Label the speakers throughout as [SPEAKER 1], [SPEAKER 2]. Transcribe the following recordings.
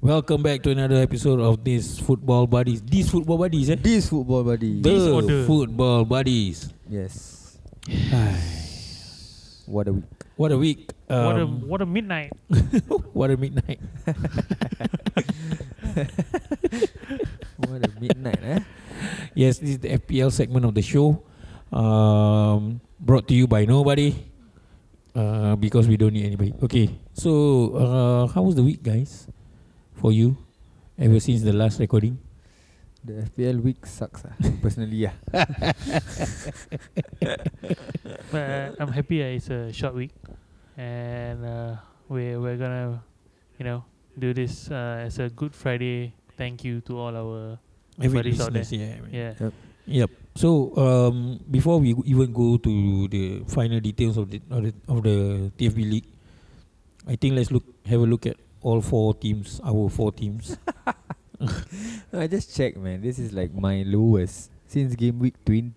[SPEAKER 1] Welcome back to another episode of this football buddies. These football buddies eh?
[SPEAKER 2] This football buddy.
[SPEAKER 1] The
[SPEAKER 3] Disorder.
[SPEAKER 1] football buddies.
[SPEAKER 2] Yes. what a week.
[SPEAKER 1] What a week. Um,
[SPEAKER 3] what a what a midnight.
[SPEAKER 1] what a midnight.
[SPEAKER 2] What a midnight eh.
[SPEAKER 1] Yes, this is the FPL segment of the show. Um, brought to you by nobody. Uh, because we don't need anybody. Okay. So uh, how was the week guys? For you? Ever since the last recording?
[SPEAKER 2] The FPL week sucks ah. Personally ah.
[SPEAKER 3] But I'm happy uh, it's a short week, and uh, we we're gonna, you know, do this uh, as a Good Friday thank you to all our Everybody's out
[SPEAKER 1] listeners, yeah. I mean.
[SPEAKER 3] yeah.
[SPEAKER 1] Yep. So um, before we go- even go to the final details of the of the, of the TFB league, I think let's look have a look at all four teams, our four teams.
[SPEAKER 2] I just checked man. This is like my lowest since game week 20.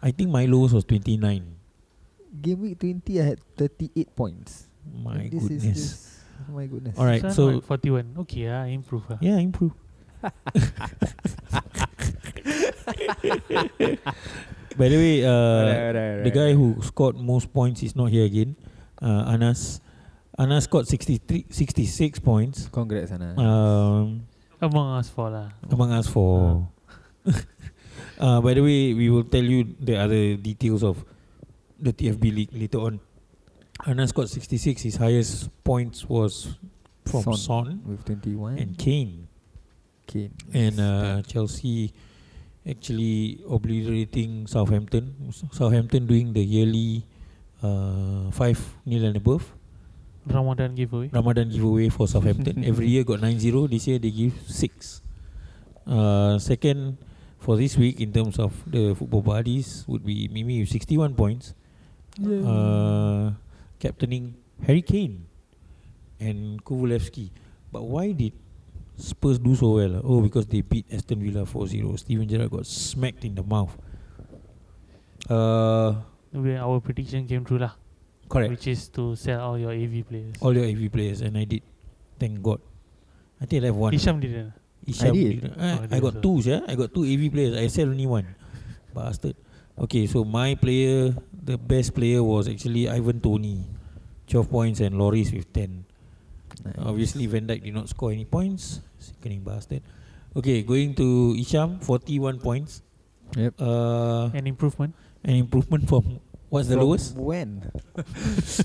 [SPEAKER 1] I think my lowest was 29.
[SPEAKER 2] Game week 20 I had 38 points.
[SPEAKER 1] My
[SPEAKER 2] And this
[SPEAKER 1] goodness.
[SPEAKER 2] Is this. Oh my goodness.
[SPEAKER 1] All right.
[SPEAKER 3] This one
[SPEAKER 1] So uh,
[SPEAKER 3] like 41. Okay, ah, improve. ah.
[SPEAKER 1] yeah, improve. By the way, uh,
[SPEAKER 2] Alright, alright,
[SPEAKER 1] the
[SPEAKER 2] alright.
[SPEAKER 1] guy who scored most points is not here again. Uh, Anas, Anas scored 63, 66 points.
[SPEAKER 2] Congrats Anna.
[SPEAKER 1] Um,
[SPEAKER 3] Among us four lah.
[SPEAKER 1] among us for. uh, by the way, we will tell you the other details of the TFB league later on. Anas got 66. His highest points was from Son,
[SPEAKER 2] Son. Mm-hmm. with 21.
[SPEAKER 1] and Kane.
[SPEAKER 2] Kane.
[SPEAKER 1] And uh, Chelsea actually obliterating Southampton. S- Southampton doing the yearly uh, 5 nil and above.
[SPEAKER 3] Ramadan giveaway.
[SPEAKER 1] Ramadan giveaway for Southampton. Every year got 9-0. This year they give 6. Uh, second for this week in terms of the football buddies would be Mimi with 61 points. Uh, captaining Harry Kane and Kovalevsky. But why did Spurs do so well? ah? Oh, because they beat Aston Villa 4-0. Steven Gerrard got smacked in the mouth. Uh,
[SPEAKER 3] We, our prediction came true lah,
[SPEAKER 1] correct.
[SPEAKER 3] which is to sell all your AV players.
[SPEAKER 1] All your AV players and I did. Thank God. I think I left one.
[SPEAKER 3] Hisham didn't.
[SPEAKER 1] Isham
[SPEAKER 2] I did.
[SPEAKER 1] did. I,
[SPEAKER 3] Oh, I
[SPEAKER 1] Eh, I
[SPEAKER 3] did
[SPEAKER 1] got
[SPEAKER 3] also.
[SPEAKER 1] two, yeah. I got two AV players. I sell only one. Bastard. Okay, so my player, the best player was actually Ivan Tony, 12 points, and Loris with 10.
[SPEAKER 2] Nice.
[SPEAKER 1] Obviously, Van Dyke did not score any points. Sickening bastard. Okay, going to Isham, 41 points.
[SPEAKER 2] Yep.
[SPEAKER 1] Uh,
[SPEAKER 3] An improvement.
[SPEAKER 1] an improvement from what's the
[SPEAKER 2] From
[SPEAKER 1] lowest?
[SPEAKER 2] When?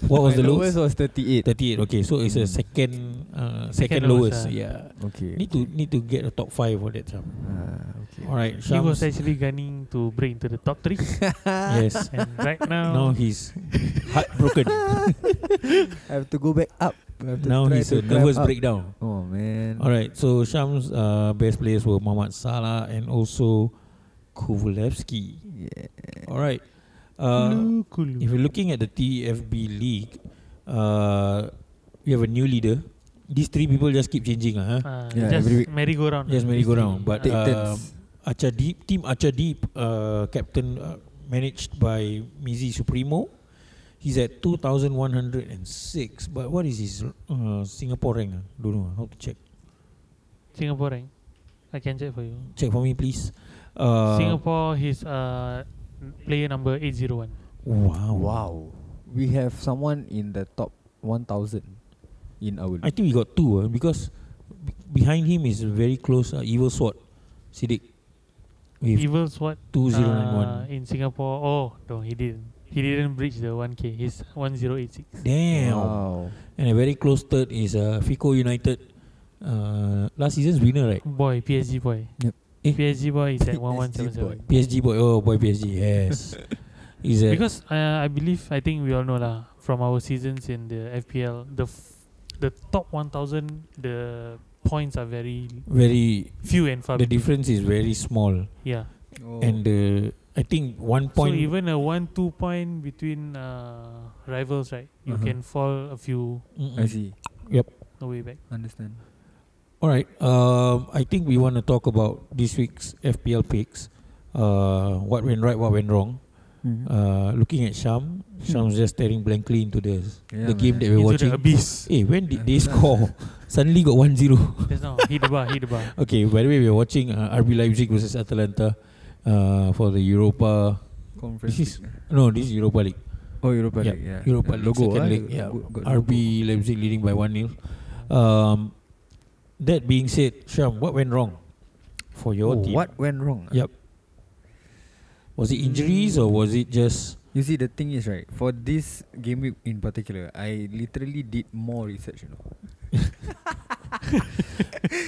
[SPEAKER 1] What was
[SPEAKER 2] My
[SPEAKER 1] the lowest?
[SPEAKER 2] lowest was 38.
[SPEAKER 1] 38. Okay, so it's a second, uh, second, lowest.
[SPEAKER 3] lowest, ah.
[SPEAKER 1] Yeah.
[SPEAKER 2] Okay.
[SPEAKER 1] Need to need to get a top five for that. Sam.
[SPEAKER 2] Ah, okay.
[SPEAKER 1] All right.
[SPEAKER 3] He
[SPEAKER 1] Shams.
[SPEAKER 3] was actually gunning to break into the top three,
[SPEAKER 1] yes.
[SPEAKER 3] and right
[SPEAKER 1] Now
[SPEAKER 3] now,
[SPEAKER 1] he's heartbroken.
[SPEAKER 2] I have to go back up. I have to
[SPEAKER 1] now
[SPEAKER 2] try
[SPEAKER 1] he's a
[SPEAKER 2] to climb
[SPEAKER 1] nervous
[SPEAKER 2] up.
[SPEAKER 1] breakdown.
[SPEAKER 2] Oh man.
[SPEAKER 1] All right. So Sham's uh, best players were Mohamed Salah and also Kovalevsky.
[SPEAKER 2] Yeah.
[SPEAKER 1] All right. Uh,
[SPEAKER 3] Lukulu.
[SPEAKER 1] if you're looking at the TFB league, uh, we have a new leader. These three people just keep changing, uh, huh?
[SPEAKER 3] Uh,
[SPEAKER 2] Yeah,
[SPEAKER 3] just
[SPEAKER 2] every week.
[SPEAKER 3] merry-go-round.
[SPEAKER 1] Just merry-go-round, but
[SPEAKER 2] Take
[SPEAKER 1] Uh,
[SPEAKER 2] turns.
[SPEAKER 1] Acha Deep team Acha Deep uh, captain uh, managed by Mizi Supremo. He's at 2106 but what is his uh, Singapore rank? ah? Don't know ah, how to check. uh,
[SPEAKER 3] Singapore rank. I can check for you.
[SPEAKER 1] Check for me please. Uh,
[SPEAKER 3] Singapore is uh, n- player number 801.
[SPEAKER 1] Wow.
[SPEAKER 2] Wow. We have someone in the top 1000 in
[SPEAKER 1] I
[SPEAKER 2] our league.
[SPEAKER 1] think we got two ah, because be- behind him is very close uh, Evil Sword Siddiq with
[SPEAKER 3] Evil SWAT
[SPEAKER 1] 2091.
[SPEAKER 3] uh, in Singapore. Oh, no, he didn't. He didn't breach the 1K. He's 1086.
[SPEAKER 1] Damn.
[SPEAKER 2] Wow.
[SPEAKER 1] And a very close third is uh, Fico United. Uh, last season's winner, right?
[SPEAKER 3] Boy, PSG boy.
[SPEAKER 2] Yep.
[SPEAKER 1] Eh.
[SPEAKER 3] PSG boy is at
[SPEAKER 2] PSG boy.
[SPEAKER 3] 1177.
[SPEAKER 1] PSG boy. Oh, boy, PSG. Yes. He's a
[SPEAKER 3] Because uh, I believe, I think we all know lah, from our seasons in the FPL, the f- the top 1000, the points are very
[SPEAKER 1] very.
[SPEAKER 3] few and far
[SPEAKER 1] The
[SPEAKER 3] between.
[SPEAKER 1] difference is very small,
[SPEAKER 3] Yeah.
[SPEAKER 2] Oh.
[SPEAKER 1] and uh, I think one point.
[SPEAKER 3] So even a one two point between uh, rivals, right? You
[SPEAKER 1] Uh-huh.
[SPEAKER 3] can fall a few
[SPEAKER 1] Mm-mm.
[SPEAKER 2] I see.
[SPEAKER 3] away back.
[SPEAKER 2] Understand.
[SPEAKER 1] All right. Um, I think we want to talk about this week's FPL picks. Uh, what went right? What went wrong? Uh, looking at Sham, Sham's just staring blankly into the
[SPEAKER 2] Yeah,
[SPEAKER 1] the game
[SPEAKER 2] man.
[SPEAKER 1] that we're
[SPEAKER 3] Into the
[SPEAKER 1] watching.
[SPEAKER 3] abyss.
[SPEAKER 1] Hey, when did they score? Suddenly got 1-0.
[SPEAKER 3] Just now, hit the bar, hit the bar.
[SPEAKER 1] Okay, by the way, we are watching uh, RB Leipzig versus Atalanta uh, for the Europa.
[SPEAKER 2] Conference.
[SPEAKER 1] This is-
[SPEAKER 2] League.
[SPEAKER 1] No, this is Europa League.
[SPEAKER 2] oh, Europa
[SPEAKER 1] yeah,
[SPEAKER 2] League. Yeah.
[SPEAKER 1] Europa
[SPEAKER 2] Uh,
[SPEAKER 1] League,
[SPEAKER 2] logo,
[SPEAKER 1] second
[SPEAKER 2] ah,
[SPEAKER 1] leg.
[SPEAKER 2] got-
[SPEAKER 1] Yeah,
[SPEAKER 2] got- got logo.
[SPEAKER 1] RB Leipzig leading by 1-0. Um, that being said, Sham, what went wrong for your
[SPEAKER 2] Oh,
[SPEAKER 1] team?
[SPEAKER 2] what went wrong? ah?
[SPEAKER 1] Yep. Was it injuries or was it just
[SPEAKER 2] You see, the thing is right for this game week in particular, I literally did more research. You know,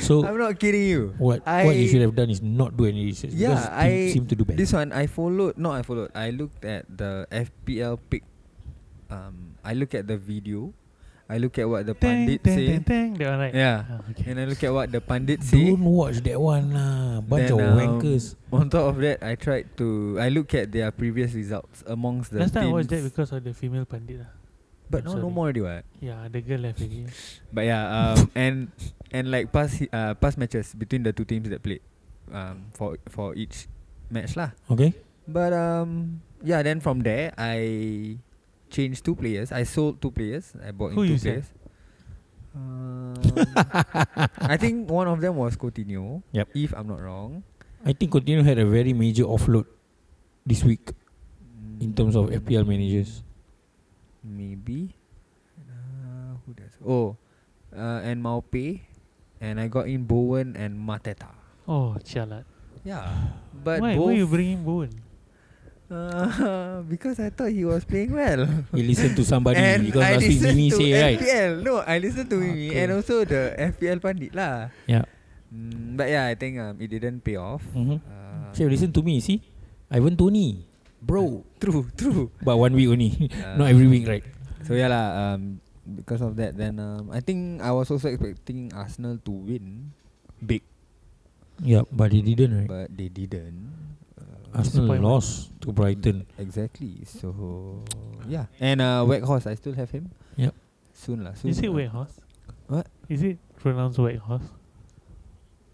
[SPEAKER 1] so?
[SPEAKER 2] I'm not kidding you.
[SPEAKER 1] What
[SPEAKER 2] I-
[SPEAKER 1] what you should have done is not do any research.
[SPEAKER 2] Yeah,
[SPEAKER 1] because teams
[SPEAKER 2] I-
[SPEAKER 1] seem to do bad.
[SPEAKER 2] This one I followed. No, I followed. I looked at the FPL pick. Um, I look at the video. I look at what the
[SPEAKER 3] Tang,
[SPEAKER 2] pundit
[SPEAKER 3] tang,
[SPEAKER 2] say.
[SPEAKER 3] tang, tang. That one, right?
[SPEAKER 2] Yeah.
[SPEAKER 3] Ah, okay.
[SPEAKER 2] And I look at what the pundit say.
[SPEAKER 1] Don't watch that one lah. Bunch
[SPEAKER 2] Then,
[SPEAKER 1] of
[SPEAKER 2] um,
[SPEAKER 1] wankers.
[SPEAKER 2] On top of that, I tried to I look at their previous results amongst the
[SPEAKER 3] Last time I watched that
[SPEAKER 2] teams.
[SPEAKER 3] because of the female pandit. lah.
[SPEAKER 2] but no,
[SPEAKER 3] I'm
[SPEAKER 2] no
[SPEAKER 3] sorry.
[SPEAKER 2] more already. What?
[SPEAKER 3] Yeah, the girl left again.
[SPEAKER 2] But yeah, um, and and like past hi- uh, past matches between the two teams that played, um, for for each match lah.
[SPEAKER 1] Okay.
[SPEAKER 2] But um, yeah. Then from there, I changed two players. I sold two players. I bought
[SPEAKER 3] Who
[SPEAKER 2] in two
[SPEAKER 3] you sell?
[SPEAKER 2] players. Um, I think one of them was Coutinho.
[SPEAKER 1] Yep.
[SPEAKER 2] If I'm not wrong.
[SPEAKER 1] I think Coutinho had a very major offload this week in terms of
[SPEAKER 2] Mm.
[SPEAKER 1] FPL managers.
[SPEAKER 2] Maybe. Uh, who does? Oh, uh, and Maupe, and I got in Bowen and Mateta.
[SPEAKER 3] Oh, chialat.
[SPEAKER 2] Yeah, but
[SPEAKER 3] why,
[SPEAKER 2] both
[SPEAKER 3] why you bring in Bowen?
[SPEAKER 2] uh, because I thought he was playing well.
[SPEAKER 1] He listened to somebody
[SPEAKER 2] and
[SPEAKER 1] because
[SPEAKER 2] I
[SPEAKER 1] last week
[SPEAKER 2] listened
[SPEAKER 1] Mimi
[SPEAKER 2] to
[SPEAKER 1] say right.
[SPEAKER 2] FPL. No, I listened to Mimi
[SPEAKER 1] Okay.
[SPEAKER 2] and also the FPL pandit lah.
[SPEAKER 1] Yeah.
[SPEAKER 2] Mm, but yeah, I think um, it didn't pay off.
[SPEAKER 1] Mm-hmm.
[SPEAKER 2] Uh,
[SPEAKER 1] Chef, listen to me. See, Ivan Tony, bro.
[SPEAKER 2] True, true.
[SPEAKER 1] But one week only, not
[SPEAKER 2] Uh,
[SPEAKER 1] every week, right?
[SPEAKER 2] So yeah lah, um, because of that, then um, I think I was also expecting Arsenal to win big,
[SPEAKER 1] Yeah, but he didn't, right?
[SPEAKER 2] but they didn't. Uh,
[SPEAKER 1] Arsenal
[SPEAKER 3] Disappointment.
[SPEAKER 1] lost to Brighton.
[SPEAKER 2] exactly. So yeah, and uh, Wet Horse, I still have him.
[SPEAKER 1] Yep.
[SPEAKER 2] Soon lah. Soon.
[SPEAKER 3] Is it
[SPEAKER 2] lah.
[SPEAKER 3] White Horse?
[SPEAKER 2] What?
[SPEAKER 3] Is it pronounced White Horse?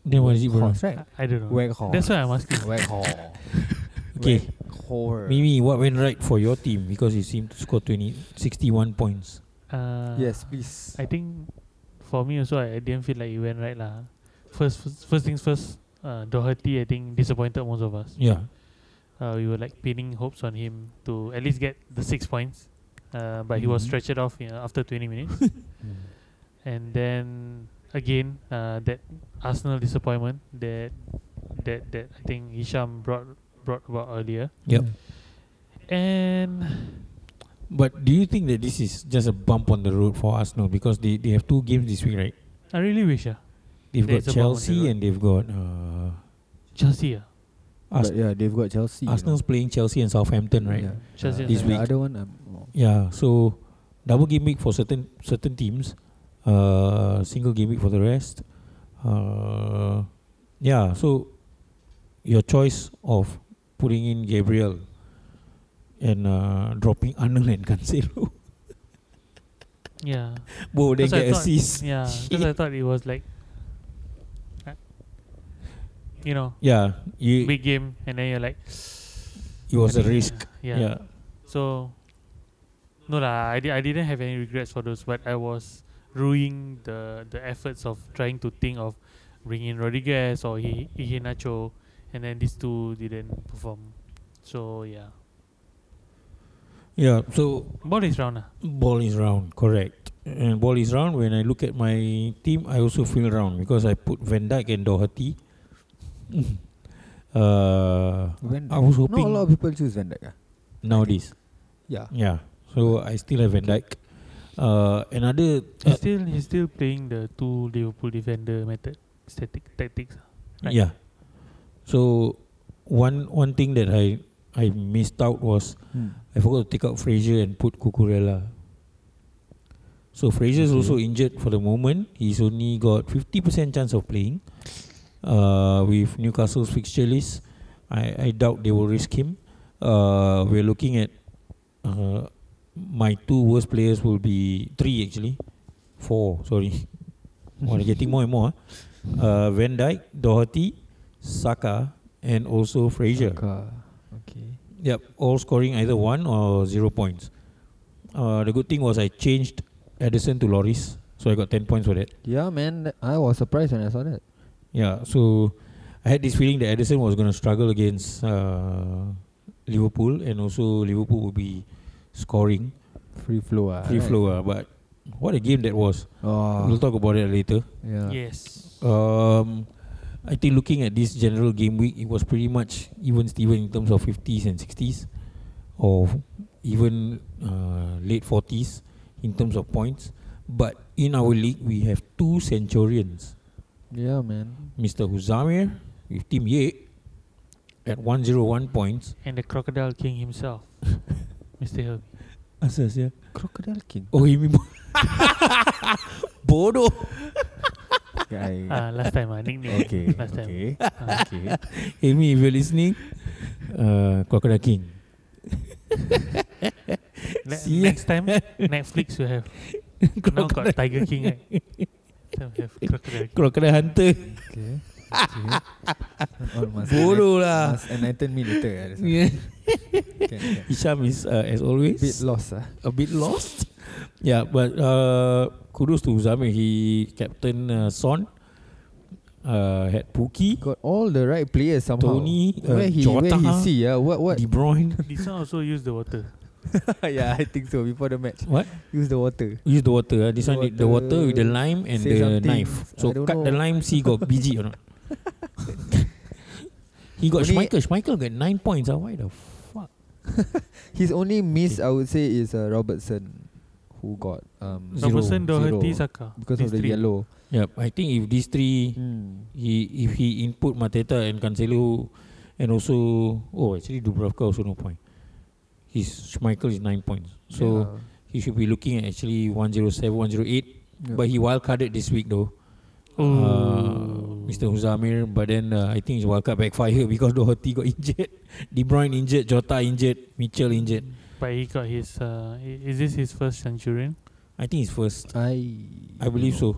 [SPEAKER 1] Then what is it, bro?
[SPEAKER 2] Horse, right?
[SPEAKER 3] I, I don't know.
[SPEAKER 2] Wet Horse.
[SPEAKER 3] That's why I'm asking.
[SPEAKER 2] Wet Horse.
[SPEAKER 1] Okay.
[SPEAKER 2] Horse.
[SPEAKER 1] Mimi, what went right for your team because you seem to score 20, 61 points?
[SPEAKER 3] Uh,
[SPEAKER 2] Yes, please.
[SPEAKER 3] I think for me also, I, I didn't feel like it went right lah. First, first, first things first. Uh, Doherty, I think disappointed most of us.
[SPEAKER 1] Yeah.
[SPEAKER 3] Uh, we were like pinning hopes on him to at least get the six points, uh, but he was
[SPEAKER 2] Mhm.
[SPEAKER 3] stretched off you know, after 20 minutes. Mm-hmm. and then again uh, that Arsenal disappointment that that that I think Hisham brought brought about earlier.
[SPEAKER 1] Yep.
[SPEAKER 3] And
[SPEAKER 1] But do you think that this is just a bump on the road for Arsenal because they, they have two games this week, right?
[SPEAKER 3] I really wish uh,
[SPEAKER 1] They've
[SPEAKER 3] There's
[SPEAKER 1] got
[SPEAKER 3] a bump on the
[SPEAKER 1] Chelsea
[SPEAKER 3] road.
[SPEAKER 1] and they've got uh,
[SPEAKER 3] Chelsea uh,
[SPEAKER 1] Ars-
[SPEAKER 2] But yeah, they've got Chelsea. you know.
[SPEAKER 1] Arsenal's playing Chelsea and Southampton, right?
[SPEAKER 2] Yeah.
[SPEAKER 3] Chelsea
[SPEAKER 2] Uh,
[SPEAKER 1] This
[SPEAKER 2] and
[SPEAKER 1] week.
[SPEAKER 2] The other one, um, oh.
[SPEAKER 1] Yeah, Ya, so double game week for certain certain teams, uh, single game week for the rest. Uh, yeah, so your choice of putting in Gabriel and uh, dropping Arnold and Cancelo,
[SPEAKER 3] yeah
[SPEAKER 1] both then
[SPEAKER 3] Because I
[SPEAKER 1] get
[SPEAKER 3] thought-
[SPEAKER 1] assists.
[SPEAKER 3] yeah because I thought it was like uh, you know
[SPEAKER 1] Yeah, Ya, you,
[SPEAKER 3] big game and then you're like
[SPEAKER 1] it was
[SPEAKER 3] I
[SPEAKER 1] a
[SPEAKER 3] think,
[SPEAKER 1] risk.
[SPEAKER 3] uh,
[SPEAKER 1] Yeah.
[SPEAKER 3] yeah. so no lah I, di- I didn't have any regrets for those but I was ruining the the efforts of trying to think of bringing Rodriguez or he Nacho and then these two didn't perform so yeah
[SPEAKER 1] yeah. Ya. So
[SPEAKER 3] ball is round lah
[SPEAKER 1] Ball is round, correct. And ball is round. When I look at my team, I also feel round because I put Van Dyke and Doherty. uh,
[SPEAKER 2] Van
[SPEAKER 1] I was
[SPEAKER 2] Dijk.
[SPEAKER 1] hoping
[SPEAKER 2] Not a lot of people choose Van Dijk. ah.
[SPEAKER 1] nowadays.
[SPEAKER 2] Yeah.
[SPEAKER 1] Yeah. So I still have Van Dyke. Uh, another.
[SPEAKER 3] he's still he's still playing the two Liverpool defender method static tactics Right.
[SPEAKER 1] Yeah. So one one thing that I I missed out was
[SPEAKER 2] Hmm.
[SPEAKER 1] I forgot to take out Fraser and put Cucurella. So Fraser is
[SPEAKER 2] Okay.
[SPEAKER 1] also injured for the moment. He's only got 50% chance of playing. Uh, with Newcastle's fixture list, I, I doubt they will risk him. Uh, we're looking at uh, my two worst players will be three actually, four. Sorry, oh, they're getting more and more. huh? Uh, Van Dyke, Doherty, Saka, and also Fraser.
[SPEAKER 2] Saka. Okay.
[SPEAKER 1] Yep, all scoring either one or zero points. Uh, the good thing was I changed Edison to Loris, So I got 10 points for that.
[SPEAKER 2] Yeah, man. th- I was surprised when I saw that.
[SPEAKER 1] Yeah, so I had this feeling that Edison was going to struggle against uh, Liverpool and also Liverpool would be scoring
[SPEAKER 2] Free flow. ah,
[SPEAKER 1] free
[SPEAKER 2] right?
[SPEAKER 1] flow. Uh, but what a game that was. We'll
[SPEAKER 2] Oh,
[SPEAKER 1] talk about it later.
[SPEAKER 2] yeah.
[SPEAKER 3] Yes.
[SPEAKER 1] Um, I think looking at this general game week, it was pretty much even Steven in terms of 50s and 60s, or even uh, late 40s in terms of points. But in our league, we have two centurions
[SPEAKER 2] Yeah, man.
[SPEAKER 1] Mr. Huzamir with Team Ye at 101 points.
[SPEAKER 3] And the Crocodile King himself, Mr. Herbie.
[SPEAKER 1] Asas, yeah.
[SPEAKER 2] Crocodile King.
[SPEAKER 1] Oh, you mean. Bodoh.
[SPEAKER 2] Guy.
[SPEAKER 3] Ah, last time, ah, nickname.
[SPEAKER 2] okay.
[SPEAKER 3] Last time.
[SPEAKER 2] Okay.
[SPEAKER 3] Ah.
[SPEAKER 2] okay.
[SPEAKER 1] Amy, if you're listening, uh, Crocodile King.
[SPEAKER 3] Ne-
[SPEAKER 1] See?
[SPEAKER 3] Next time, Netflix will have. now got Tiger King, right? Now have Crocodile King.
[SPEAKER 1] Crocodile Hunter.
[SPEAKER 2] Okay. okay. Oh, must
[SPEAKER 1] Bodoh ah.
[SPEAKER 2] enlighten-
[SPEAKER 1] lah.
[SPEAKER 2] Must enlighten me later. ah, this one.
[SPEAKER 1] Yeah.
[SPEAKER 2] Can, can.
[SPEAKER 1] Hisham is uh, as
[SPEAKER 2] Bit
[SPEAKER 1] always
[SPEAKER 2] lost. Ah.
[SPEAKER 1] a bit lost. Yeah, but uh, kudos to Zamir. He captain uh, Son, uh, had Pookie,
[SPEAKER 2] Got all the right players somehow.
[SPEAKER 1] Tony, uh,
[SPEAKER 2] where he where he
[SPEAKER 1] Jota,
[SPEAKER 2] see ah what what
[SPEAKER 1] De Bruyne.
[SPEAKER 3] This one also use the water.
[SPEAKER 2] yeah I think so before the match
[SPEAKER 1] What?
[SPEAKER 2] use the water
[SPEAKER 1] Use the water. Uh. This one need the water with the
[SPEAKER 2] Water.
[SPEAKER 1] lime and the
[SPEAKER 2] Say something.
[SPEAKER 1] knife. So
[SPEAKER 2] I don't
[SPEAKER 1] cut the
[SPEAKER 2] know.
[SPEAKER 1] lime, see got BG or not. he got
[SPEAKER 2] Only-
[SPEAKER 1] Schmeichel. Schmeichel got nine points. Uh. Why the fuck?
[SPEAKER 2] his only miss I would say is uh, Robertson who got um
[SPEAKER 1] Zero.
[SPEAKER 3] Robertson, Doherty,
[SPEAKER 2] Zero.
[SPEAKER 3] Saka.
[SPEAKER 2] because
[SPEAKER 3] These
[SPEAKER 2] of the
[SPEAKER 3] three.
[SPEAKER 2] yellow
[SPEAKER 1] Yep. I think if these three
[SPEAKER 3] Hmm.
[SPEAKER 2] mm.
[SPEAKER 1] he if he input Mateta and Cancelo and also oh actually Dubravka also no point. His Schmeichel is nine points, so he should be looking at actually 107, 108.
[SPEAKER 2] yeah.
[SPEAKER 1] But he wildcarded this week though,
[SPEAKER 3] Oh.
[SPEAKER 1] uh,
[SPEAKER 3] Ooh.
[SPEAKER 1] Mr. Huzamir. But then uh, I think his wildcard backfired because Doherty got injured, De Bruyne injured, Jota injured, Mitchell injured.
[SPEAKER 3] But he got his. Uh, i- is this his first centurion?
[SPEAKER 1] I think it's first.
[SPEAKER 2] I
[SPEAKER 1] I believe so.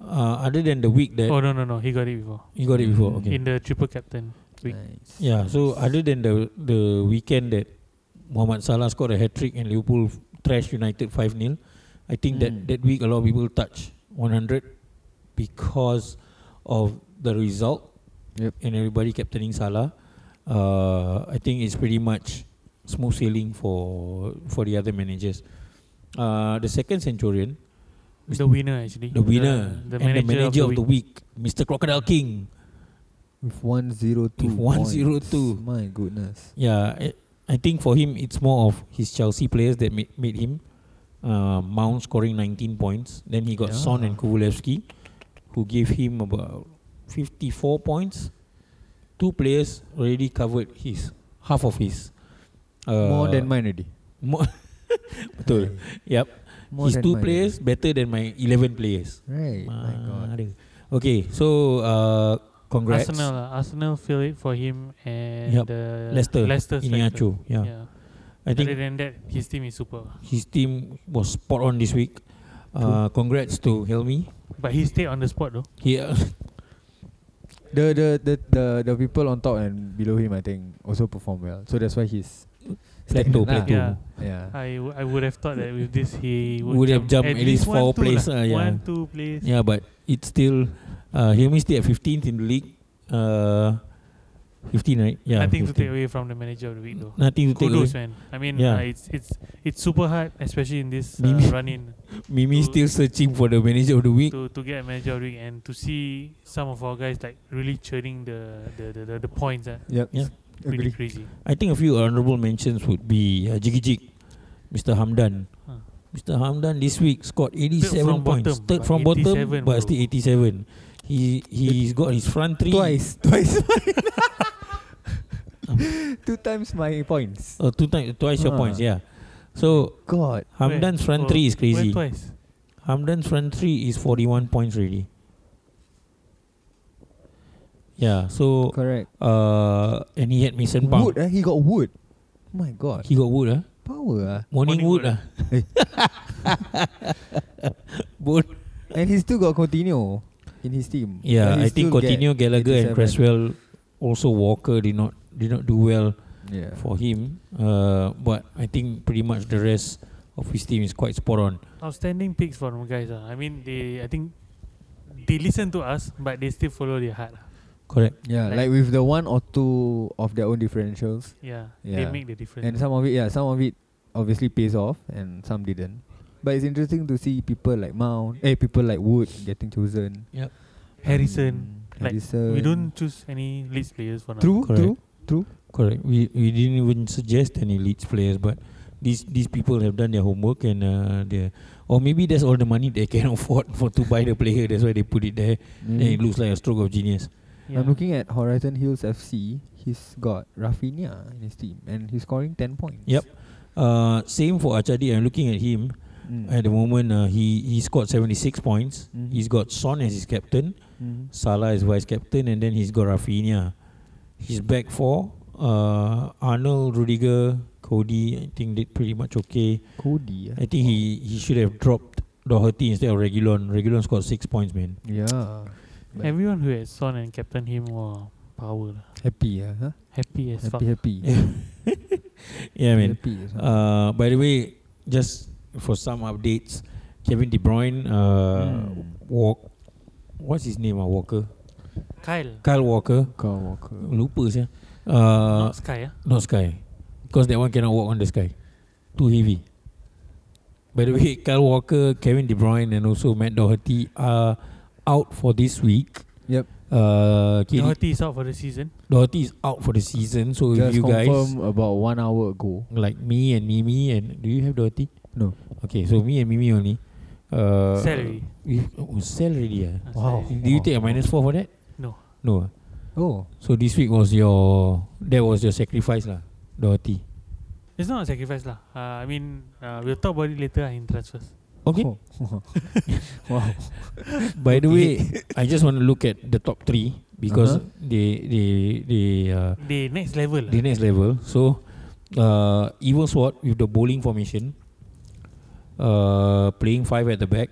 [SPEAKER 1] Uh, other than the week that
[SPEAKER 3] Oh no no no! He got it before
[SPEAKER 1] you got it before, okay.
[SPEAKER 3] in the triple captain. week.
[SPEAKER 2] Nice.
[SPEAKER 1] Yeah, so other than the the weekend that Mohamed Salah scored a hat trick and Liverpool trash United 5 0, I think that
[SPEAKER 2] Mm.
[SPEAKER 1] that week a lot of people touch 100 because of the result
[SPEAKER 2] Yep.
[SPEAKER 1] and everybody captaining Salah. Uh, I think it's pretty much smooth sailing for for the other managers. Uh, the second centurion,
[SPEAKER 3] The winner actually.
[SPEAKER 1] the winner
[SPEAKER 3] the,
[SPEAKER 1] and the
[SPEAKER 3] manager,
[SPEAKER 1] manager
[SPEAKER 3] of the week.
[SPEAKER 1] week, Mr. Crocodile King.
[SPEAKER 2] with 102
[SPEAKER 1] With 102.
[SPEAKER 2] points. my goodness
[SPEAKER 1] Yeah, I, I think for him it's more of his Chelsea players that made, made him. Uh, Mount scoring 19 points. Then he got
[SPEAKER 2] Yeah.
[SPEAKER 1] Son and Kovulevski, who gave him about 54 points. Two players already covered his half of his. Uh,
[SPEAKER 2] more than mine already
[SPEAKER 1] More betul. Yep.
[SPEAKER 2] more
[SPEAKER 1] his
[SPEAKER 2] than
[SPEAKER 1] two
[SPEAKER 2] mine
[SPEAKER 1] players better than my 11 players.
[SPEAKER 2] already. right my
[SPEAKER 3] Uh,
[SPEAKER 2] god
[SPEAKER 1] Aduh. Okay, so uh, congrats.
[SPEAKER 3] Arsenal, uh, Arsenal feel it for him and
[SPEAKER 1] Yup.
[SPEAKER 3] uh,
[SPEAKER 1] Leicester,
[SPEAKER 3] Leicester striker.
[SPEAKER 1] Iniacho. Yeah. I think
[SPEAKER 3] Other than that, his team is super.
[SPEAKER 1] His team was spot on this week. Uh, congrats to Helmi.
[SPEAKER 3] But he stayed on the spot though.
[SPEAKER 1] He uh,
[SPEAKER 2] the, the the the the people on top and below him I think also perform well so that's why he's
[SPEAKER 1] plateau,
[SPEAKER 2] stagnant lah.
[SPEAKER 1] plateau.
[SPEAKER 3] Yeah.
[SPEAKER 2] yeah
[SPEAKER 3] I, w- I would have thought that with this he would,
[SPEAKER 1] Would have jumped at least
[SPEAKER 3] one,
[SPEAKER 1] four
[SPEAKER 3] two
[SPEAKER 1] place,
[SPEAKER 3] lah.
[SPEAKER 1] ah, yeah.
[SPEAKER 3] One two place.
[SPEAKER 1] Yeah, but it's still uh, Helmi stayed at 15th in the league. Uh, 15, right? Yeah.
[SPEAKER 3] Nothing
[SPEAKER 1] 15.
[SPEAKER 3] to take away from the manager of the week though.
[SPEAKER 1] Nothing to take
[SPEAKER 3] Kudos
[SPEAKER 1] away.
[SPEAKER 3] man. I mean,
[SPEAKER 1] Yeah.
[SPEAKER 3] uh, it's it's it's super hard, especially in this uh,
[SPEAKER 1] Mimi.
[SPEAKER 3] run in
[SPEAKER 1] Mimi still searching for the manager of the week.
[SPEAKER 3] to, to get a manager of the week and to see some of our guys like really churning the the the, the, the points. Uh,
[SPEAKER 2] yep
[SPEAKER 1] Yeah.
[SPEAKER 3] really
[SPEAKER 2] agree
[SPEAKER 3] crazy.
[SPEAKER 1] I think a few honorable mentions would be uh, Jiggy Jig, Mr. Hamdan.
[SPEAKER 3] Huh.
[SPEAKER 1] Mr. Hamdan this week scored 87
[SPEAKER 3] from
[SPEAKER 1] points.
[SPEAKER 3] bottom,
[SPEAKER 1] Third
[SPEAKER 3] but
[SPEAKER 1] from bottom,
[SPEAKER 3] 87,
[SPEAKER 1] but
[SPEAKER 3] bro.
[SPEAKER 1] still 87. He he's got his front three
[SPEAKER 2] Twice, twice mine. Two times my points.
[SPEAKER 1] Uh, two times, twice your
[SPEAKER 2] Ah.
[SPEAKER 1] points. Yeah. So
[SPEAKER 2] God,
[SPEAKER 1] Hamdan's front
[SPEAKER 3] Oh,
[SPEAKER 1] three is
[SPEAKER 3] Went
[SPEAKER 1] crazy.
[SPEAKER 3] twice.
[SPEAKER 1] Hamdan's front three is 41 points really. Yeah, so
[SPEAKER 2] correct.
[SPEAKER 1] uh, and he had Mason Mount.
[SPEAKER 2] Wood, eh? he got wood. Oh My God,
[SPEAKER 1] He got wood, ah.
[SPEAKER 2] power, ah.
[SPEAKER 1] Morning,
[SPEAKER 3] Morning
[SPEAKER 1] wood,
[SPEAKER 3] wood.
[SPEAKER 1] ah. Wood.
[SPEAKER 2] and he still got continue in his team.
[SPEAKER 1] Yeah,
[SPEAKER 2] And he
[SPEAKER 1] I think
[SPEAKER 2] still get-
[SPEAKER 1] Coutinho, Gallagher, and
[SPEAKER 2] 87.
[SPEAKER 1] Cresswell, also Walker did not did not do well
[SPEAKER 2] Yeah,
[SPEAKER 1] for him. Uh, but I think pretty much the rest of his team is quite spot on.
[SPEAKER 3] Outstanding picks for them guys. ah. I mean, they I think they listen to us, but they still follow their heart. ah.
[SPEAKER 1] Correct.
[SPEAKER 2] Yeah,
[SPEAKER 3] Like-
[SPEAKER 2] like, with the one or two of their own differentials,
[SPEAKER 3] Yeah, they
[SPEAKER 2] Yeah.
[SPEAKER 3] make the difference.
[SPEAKER 2] and some of it, yeah, some of it obviously pays off, and some didn't. But it's interesting to see people like Mount, eh, people like Wood getting chosen.
[SPEAKER 3] Harrison,
[SPEAKER 2] Mm,
[SPEAKER 3] like,
[SPEAKER 2] Harrison.
[SPEAKER 3] we don't choose any Leeds players for now.
[SPEAKER 2] True,
[SPEAKER 1] Correct.
[SPEAKER 2] true.
[SPEAKER 1] Correct. We we didn't even suggest any Leeds players, but these these people have done their homework and uh, they or maybe that's all the money they can afford for to buy the player. That's why they put it there. Then it
[SPEAKER 2] Mm.
[SPEAKER 1] looks like a stroke of genius.
[SPEAKER 3] Yeah.
[SPEAKER 2] I'm looking at Horizon Hills FC. He's got Rafinha in his team, and he's scoring ten points.
[SPEAKER 1] Yep. Uh, same for Achadi. I'm looking at him
[SPEAKER 2] Mm.
[SPEAKER 1] at the moment. Uh, he he scored 76 points.
[SPEAKER 2] Mhm.
[SPEAKER 1] He's got Son as his captain,
[SPEAKER 2] Mhm.
[SPEAKER 1] Salah as vice captain, and then he's got Rafinha. His back four: uh, Arnold, Rudiger, Cody. I think did pretty much okay.
[SPEAKER 2] Cody.
[SPEAKER 1] I think he he should have dropped Doherty instead of Regulon. Regulon scored six points, man.
[SPEAKER 2] Yeah. yeah. But
[SPEAKER 3] Everyone who has Son and captain him, wow, power. lah.
[SPEAKER 2] happy, yeah. Huh?
[SPEAKER 3] Happy as fuck.
[SPEAKER 2] Happy, happy.
[SPEAKER 1] Yeah, man.
[SPEAKER 2] happy. as well.
[SPEAKER 1] Uh, by the way, just for some updates, Kevin De Bruyne, uh,
[SPEAKER 2] Hmm.
[SPEAKER 1] walk. What's his name? Ah, Walker.
[SPEAKER 3] Kyle,
[SPEAKER 1] Kyle Walker.
[SPEAKER 2] Kyle Walker.
[SPEAKER 1] Lupa saya. Uh,
[SPEAKER 3] not Sky. ah.
[SPEAKER 1] not Sky. Because that one cannot walk on the sky. Too heavy. By the way, Kyle Walker, Kevin De Bruyne, and also Matt Doherty are out for this week.
[SPEAKER 2] Yep.
[SPEAKER 1] Uh, KD
[SPEAKER 3] Doherty is out for the season.
[SPEAKER 1] Doherty is out for the season. So if
[SPEAKER 2] Just
[SPEAKER 1] you guys
[SPEAKER 2] confirm about one hour ago.
[SPEAKER 1] like me and Mimi and do you have Doherty?
[SPEAKER 2] No.
[SPEAKER 1] Okay, so me and Mimi only. Uh,
[SPEAKER 3] Salary.
[SPEAKER 1] We, oh, salary. Yeah.
[SPEAKER 3] Ah,
[SPEAKER 2] Wow.
[SPEAKER 3] salary.
[SPEAKER 1] Do you take a minus four for that?
[SPEAKER 3] No.
[SPEAKER 1] No. ah?
[SPEAKER 2] Oh.
[SPEAKER 1] So this week was your that was your sacrifice lah, Doherty.
[SPEAKER 3] It's not a sacrifice lah. Uh, I mean, uh, we'll talk about it later ah, in transfers.
[SPEAKER 1] Okay.
[SPEAKER 2] Oh. wow.
[SPEAKER 1] By the way, I just want to look at the top three because
[SPEAKER 2] Uh-huh.
[SPEAKER 1] they they they uh,
[SPEAKER 3] The next level lah.
[SPEAKER 1] the next level. So, uh, Evil Sword with the bowling formation, uh, playing five at the back,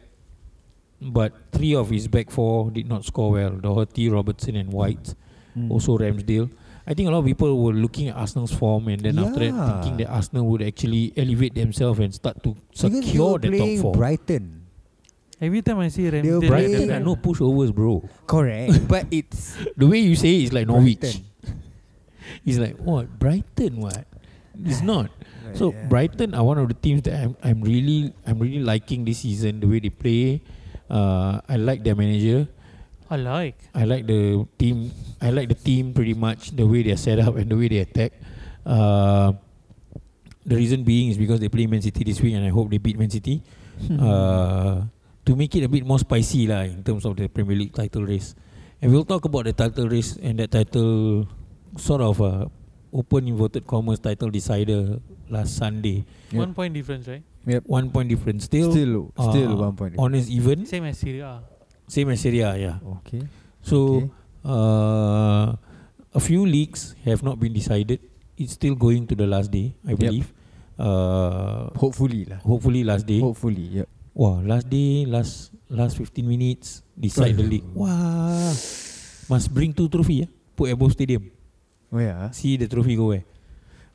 [SPEAKER 1] but three of his back four did not score well. Doherty, Robertson, and White.
[SPEAKER 2] Mm.
[SPEAKER 1] Also Ramsdale. I think a lot of people were looking at Arsenal's form and then after that
[SPEAKER 2] Yeah.
[SPEAKER 1] thinking that Arsenal would actually elevate themselves and start to
[SPEAKER 2] Because they were
[SPEAKER 1] secure the top
[SPEAKER 2] playing
[SPEAKER 1] four.
[SPEAKER 2] Brighton.
[SPEAKER 3] Every time I see Ramsey,
[SPEAKER 2] They'll
[SPEAKER 1] Brighton
[SPEAKER 2] Yeah.
[SPEAKER 1] are no pushovers, bro.
[SPEAKER 2] Correct. but it's
[SPEAKER 1] The way you say it is like Norwich.
[SPEAKER 2] Brighton.
[SPEAKER 1] It's like what Brighton? What? It's not.
[SPEAKER 2] Right,
[SPEAKER 1] So
[SPEAKER 2] yeah.
[SPEAKER 1] Brighton are one of the teams that I'm, I'm really I'm really liking this season the way they play. Uh, I like their manager.
[SPEAKER 3] I like.
[SPEAKER 1] I like the team. I like the team pretty much the way they're set up and the way they attack. Uh, the reason being is because they play Man City this week, and I hope they beat Man City uh, to make it a bit more spicy lah in terms of the Premier League title race. And we'll talk about the title race and that title sort of uh, open inverted commas title decider last Sunday.
[SPEAKER 2] Yep.
[SPEAKER 3] One point difference, right?
[SPEAKER 1] One point difference still.
[SPEAKER 2] still
[SPEAKER 1] uh,
[SPEAKER 2] still one point.
[SPEAKER 1] honest even
[SPEAKER 3] Same as Serie A.
[SPEAKER 1] same as Serie A, yeah.
[SPEAKER 2] Okay.
[SPEAKER 1] So.
[SPEAKER 2] okay.
[SPEAKER 1] Uh, a few leagues have not been decided. It's still going to the last day, I believe. Uh,
[SPEAKER 2] Hopefully lah.
[SPEAKER 1] hopefully last day.
[SPEAKER 2] Hopefully. Yep.
[SPEAKER 1] Wah, last day, last last 15 minutes decide the league. Wah, must bring two trophy. Yeah? Put at both stadium.
[SPEAKER 2] Oh yeah.
[SPEAKER 1] See the trophy go where.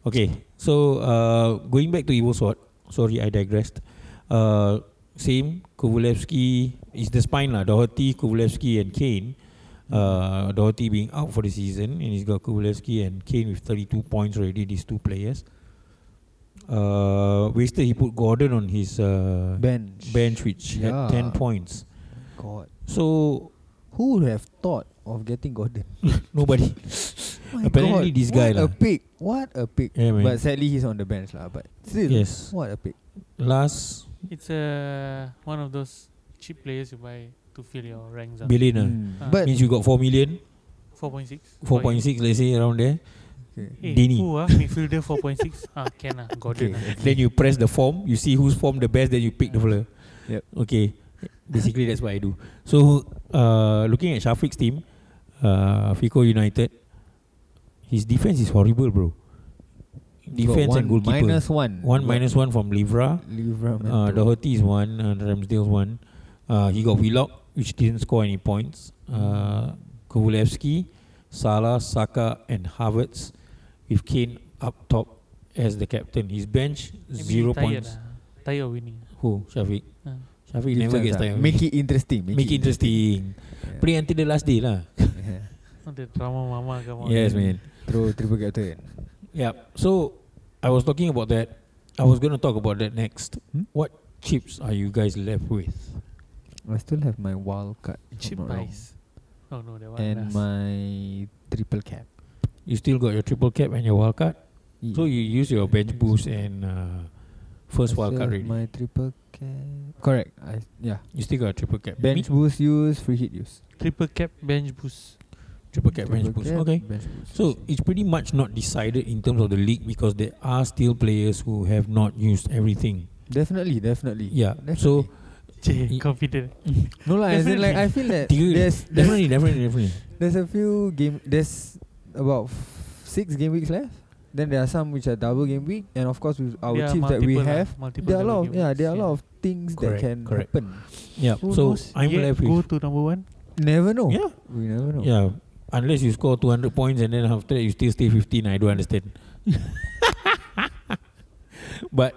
[SPEAKER 1] Okay, so uh, going back to Evo Sword. Sorry, I digressed. Uh, same, Kovalevsky is the spine lah. Doherty, Kovalevsky and Kane. Uh, Doherty being out for the season and he's got Kovalevsky and Kane with 32 points already, these two players. Uh, wasted, he put Gordon on his uh,
[SPEAKER 2] Bench.
[SPEAKER 1] bench which had 10
[SPEAKER 2] Yeah.
[SPEAKER 1] points.
[SPEAKER 2] God.
[SPEAKER 1] So,
[SPEAKER 2] Who would have thought of getting Gordon?
[SPEAKER 1] nobody.
[SPEAKER 2] My
[SPEAKER 1] Apparently this guy
[SPEAKER 2] What a
[SPEAKER 1] lah.
[SPEAKER 2] pick. What a pick.
[SPEAKER 1] Yeah, man.
[SPEAKER 2] But sadly he's on the bench lah. But still.
[SPEAKER 1] yes.
[SPEAKER 2] What a pick.
[SPEAKER 1] Last,
[SPEAKER 3] It's uh, one of those cheap players you buy to fill your ranks up.
[SPEAKER 1] Billina.
[SPEAKER 2] Mm.
[SPEAKER 3] Ah.
[SPEAKER 2] But
[SPEAKER 1] means you got 4 million
[SPEAKER 3] 4.6.
[SPEAKER 1] 4.6 let's say around there
[SPEAKER 2] okay.
[SPEAKER 3] Eh,
[SPEAKER 1] Dini.
[SPEAKER 3] Who ah? Midfielder 4.6. ah, can ah. Gordon ah.
[SPEAKER 1] then you press the form you see whose form the best then you pick the player
[SPEAKER 2] Yep.
[SPEAKER 1] okay basically that's what I do so uh, looking at Shafiq's team uh, Fico United his defense is horrible bro
[SPEAKER 2] You got
[SPEAKER 1] defense
[SPEAKER 2] one
[SPEAKER 1] and goalkeeper
[SPEAKER 2] Minus one.
[SPEAKER 1] one
[SPEAKER 2] You got
[SPEAKER 1] minus one from Livra uh,
[SPEAKER 2] Livramento.
[SPEAKER 1] Doherty is one and Ramsdale's one uh, he got Willock which didn't score any points uh, Kovalevsky, Salah, Saka, and Havertz with Kane up top as the captain. His bench
[SPEAKER 3] Maybe
[SPEAKER 1] zero
[SPEAKER 3] tired
[SPEAKER 1] points.
[SPEAKER 3] ah. tired of winning.
[SPEAKER 1] Who? Syafiq.
[SPEAKER 3] Ah.
[SPEAKER 1] Syafiq never gets tired. of
[SPEAKER 2] Make
[SPEAKER 1] winning.
[SPEAKER 2] it interesting.
[SPEAKER 1] make, it interesting. Play until the last day lah.
[SPEAKER 2] Yeah.
[SPEAKER 3] Not the drama mama come on.
[SPEAKER 1] Yes, man.
[SPEAKER 2] Throw triple captain.
[SPEAKER 1] Yep. So I was talking about that. I was going to talk about that next.
[SPEAKER 2] Hmm?
[SPEAKER 1] What chips are you guys left with?
[SPEAKER 2] I still have my wild card. if I'm
[SPEAKER 3] Chip
[SPEAKER 2] not wrong.
[SPEAKER 3] ice. Oh no, that one.
[SPEAKER 2] And
[SPEAKER 3] last.
[SPEAKER 2] my triple cap.
[SPEAKER 1] You still got your triple cap and your wild card.
[SPEAKER 2] Yeah.
[SPEAKER 1] So you use your bench boost and uh, first
[SPEAKER 2] I
[SPEAKER 1] wild
[SPEAKER 2] still
[SPEAKER 1] card
[SPEAKER 2] have
[SPEAKER 1] already.
[SPEAKER 2] My triple cap. Correct. I yeah.
[SPEAKER 1] You still got a triple cap.
[SPEAKER 2] Bench
[SPEAKER 1] Me?
[SPEAKER 2] boost use, free hit use.
[SPEAKER 3] triple cap bench boost.
[SPEAKER 1] triple cap bench boost.
[SPEAKER 2] cap,
[SPEAKER 1] Okay.
[SPEAKER 2] bench boost.
[SPEAKER 1] So it's pretty much not decided in terms of the league because there are still players who have not used everything.
[SPEAKER 2] definitely, definitely.
[SPEAKER 1] Yeah.
[SPEAKER 2] Definitely.
[SPEAKER 1] So
[SPEAKER 3] J
[SPEAKER 1] Y-
[SPEAKER 3] confident.
[SPEAKER 2] no lah. As in like I feel that
[SPEAKER 1] Dude,
[SPEAKER 2] there's there's,
[SPEAKER 1] definitely, definitely, definitely.
[SPEAKER 2] there's a few game. There's about f- six game weeks left. Then there are some which are double game week, and of course with our
[SPEAKER 3] There are
[SPEAKER 2] teams that we
[SPEAKER 3] multiple, uh,
[SPEAKER 2] have,
[SPEAKER 3] multiple
[SPEAKER 2] there are a
[SPEAKER 3] double
[SPEAKER 2] lot of
[SPEAKER 3] game
[SPEAKER 2] yeah,
[SPEAKER 3] weeks,
[SPEAKER 2] there are a lot of things
[SPEAKER 1] Correct,
[SPEAKER 2] that can
[SPEAKER 1] correct.
[SPEAKER 2] happen.
[SPEAKER 1] Yeah.
[SPEAKER 3] Who
[SPEAKER 1] so
[SPEAKER 3] knows
[SPEAKER 1] I'm
[SPEAKER 3] yet
[SPEAKER 1] left
[SPEAKER 3] go
[SPEAKER 1] with.
[SPEAKER 3] to number one.
[SPEAKER 2] Never know.
[SPEAKER 1] Yeah.
[SPEAKER 2] We never know.
[SPEAKER 1] Yeah. Unless you score 200 points and then after that you still stay 15, I don't understand. but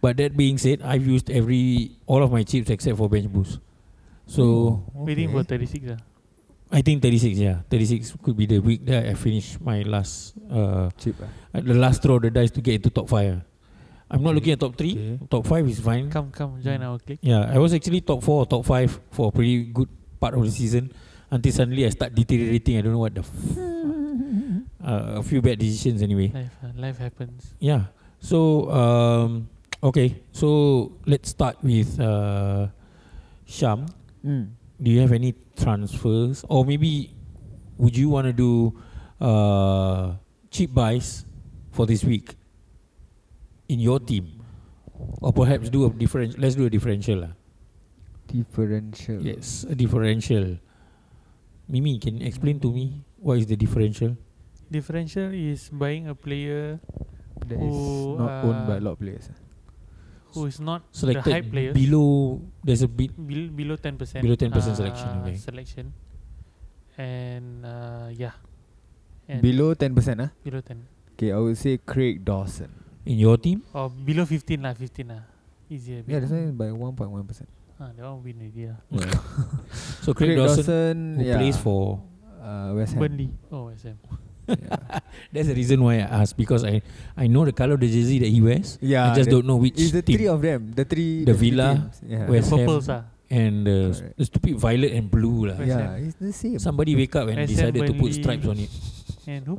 [SPEAKER 1] but that being said, I've used every all of my chips except for bench boost. So
[SPEAKER 2] Oh,
[SPEAKER 3] Waiting for
[SPEAKER 2] okay.
[SPEAKER 3] 36 lah.
[SPEAKER 1] I think 36, yeah. 36 could be the week that I finish my last uh
[SPEAKER 2] chip. ah.
[SPEAKER 1] the last throw of the dice to get into top 5. ah. I'm not looking at top 3.
[SPEAKER 2] Okay. Mm.
[SPEAKER 1] Top 5 is fine.
[SPEAKER 3] Come, come, join our clique.
[SPEAKER 1] Yeah, I was actually top four or top five for a pretty good part of the season until suddenly I start deteriorating. I don't know what the f- uh, a few bad decisions anyway.
[SPEAKER 3] Life, uh, life happens.
[SPEAKER 1] Yeah. So um, okay, so let's start with uh, Sham.
[SPEAKER 2] Mm.
[SPEAKER 1] Do you have any transfers, or maybe would you want to do uh, cheap buys for this week in your team, or perhaps do a different? Let's do a differential lah.
[SPEAKER 2] Differential.
[SPEAKER 1] Yes, a differential. Mimi, can you explain to me what is the differential?
[SPEAKER 3] Differential is buying a player
[SPEAKER 2] That is
[SPEAKER 3] Who,
[SPEAKER 2] not owned by
[SPEAKER 3] uh,
[SPEAKER 2] a lot of players. ah.
[SPEAKER 3] who is not the
[SPEAKER 1] Selected
[SPEAKER 3] hype player
[SPEAKER 1] below. There's a bit.
[SPEAKER 3] below, below 10%.
[SPEAKER 1] Below 10% selection,
[SPEAKER 3] uh,
[SPEAKER 1] okay.
[SPEAKER 3] Selection. And uh, yeah. And
[SPEAKER 2] Below ten percent, ah.
[SPEAKER 3] below 10.
[SPEAKER 2] Okay, I would say Craig Dawson.
[SPEAKER 1] In your team,
[SPEAKER 3] Or below 15 lah, 15 lah. Easier.
[SPEAKER 2] Yeah, that's why by one point one percent.
[SPEAKER 3] Ah, that one win already lah.
[SPEAKER 1] so Craig, Dawson, who
[SPEAKER 2] yeah.
[SPEAKER 1] plays for.
[SPEAKER 2] uh, West Ham.
[SPEAKER 3] Burnley. Oh, SM.
[SPEAKER 2] Yeah,
[SPEAKER 1] That's the reason why I asked because I I know the color of the jersey that he wears.
[SPEAKER 2] yeah
[SPEAKER 1] I just
[SPEAKER 2] the-
[SPEAKER 1] don't know which
[SPEAKER 2] It's the three
[SPEAKER 1] team
[SPEAKER 2] of them. The three.
[SPEAKER 1] The
[SPEAKER 2] three
[SPEAKER 1] Villa,
[SPEAKER 2] teams. Yeah.
[SPEAKER 1] West Ham.
[SPEAKER 3] Purples lah.
[SPEAKER 1] and uh,
[SPEAKER 2] Correct.
[SPEAKER 1] the stupid violet and blue lah.
[SPEAKER 3] West
[SPEAKER 2] Yeah,
[SPEAKER 3] Ham.
[SPEAKER 2] it's the same.
[SPEAKER 1] Somebody wake up and
[SPEAKER 3] West Ham,
[SPEAKER 1] decided to put
[SPEAKER 3] Burnley.
[SPEAKER 1] stripes on it.
[SPEAKER 3] And who?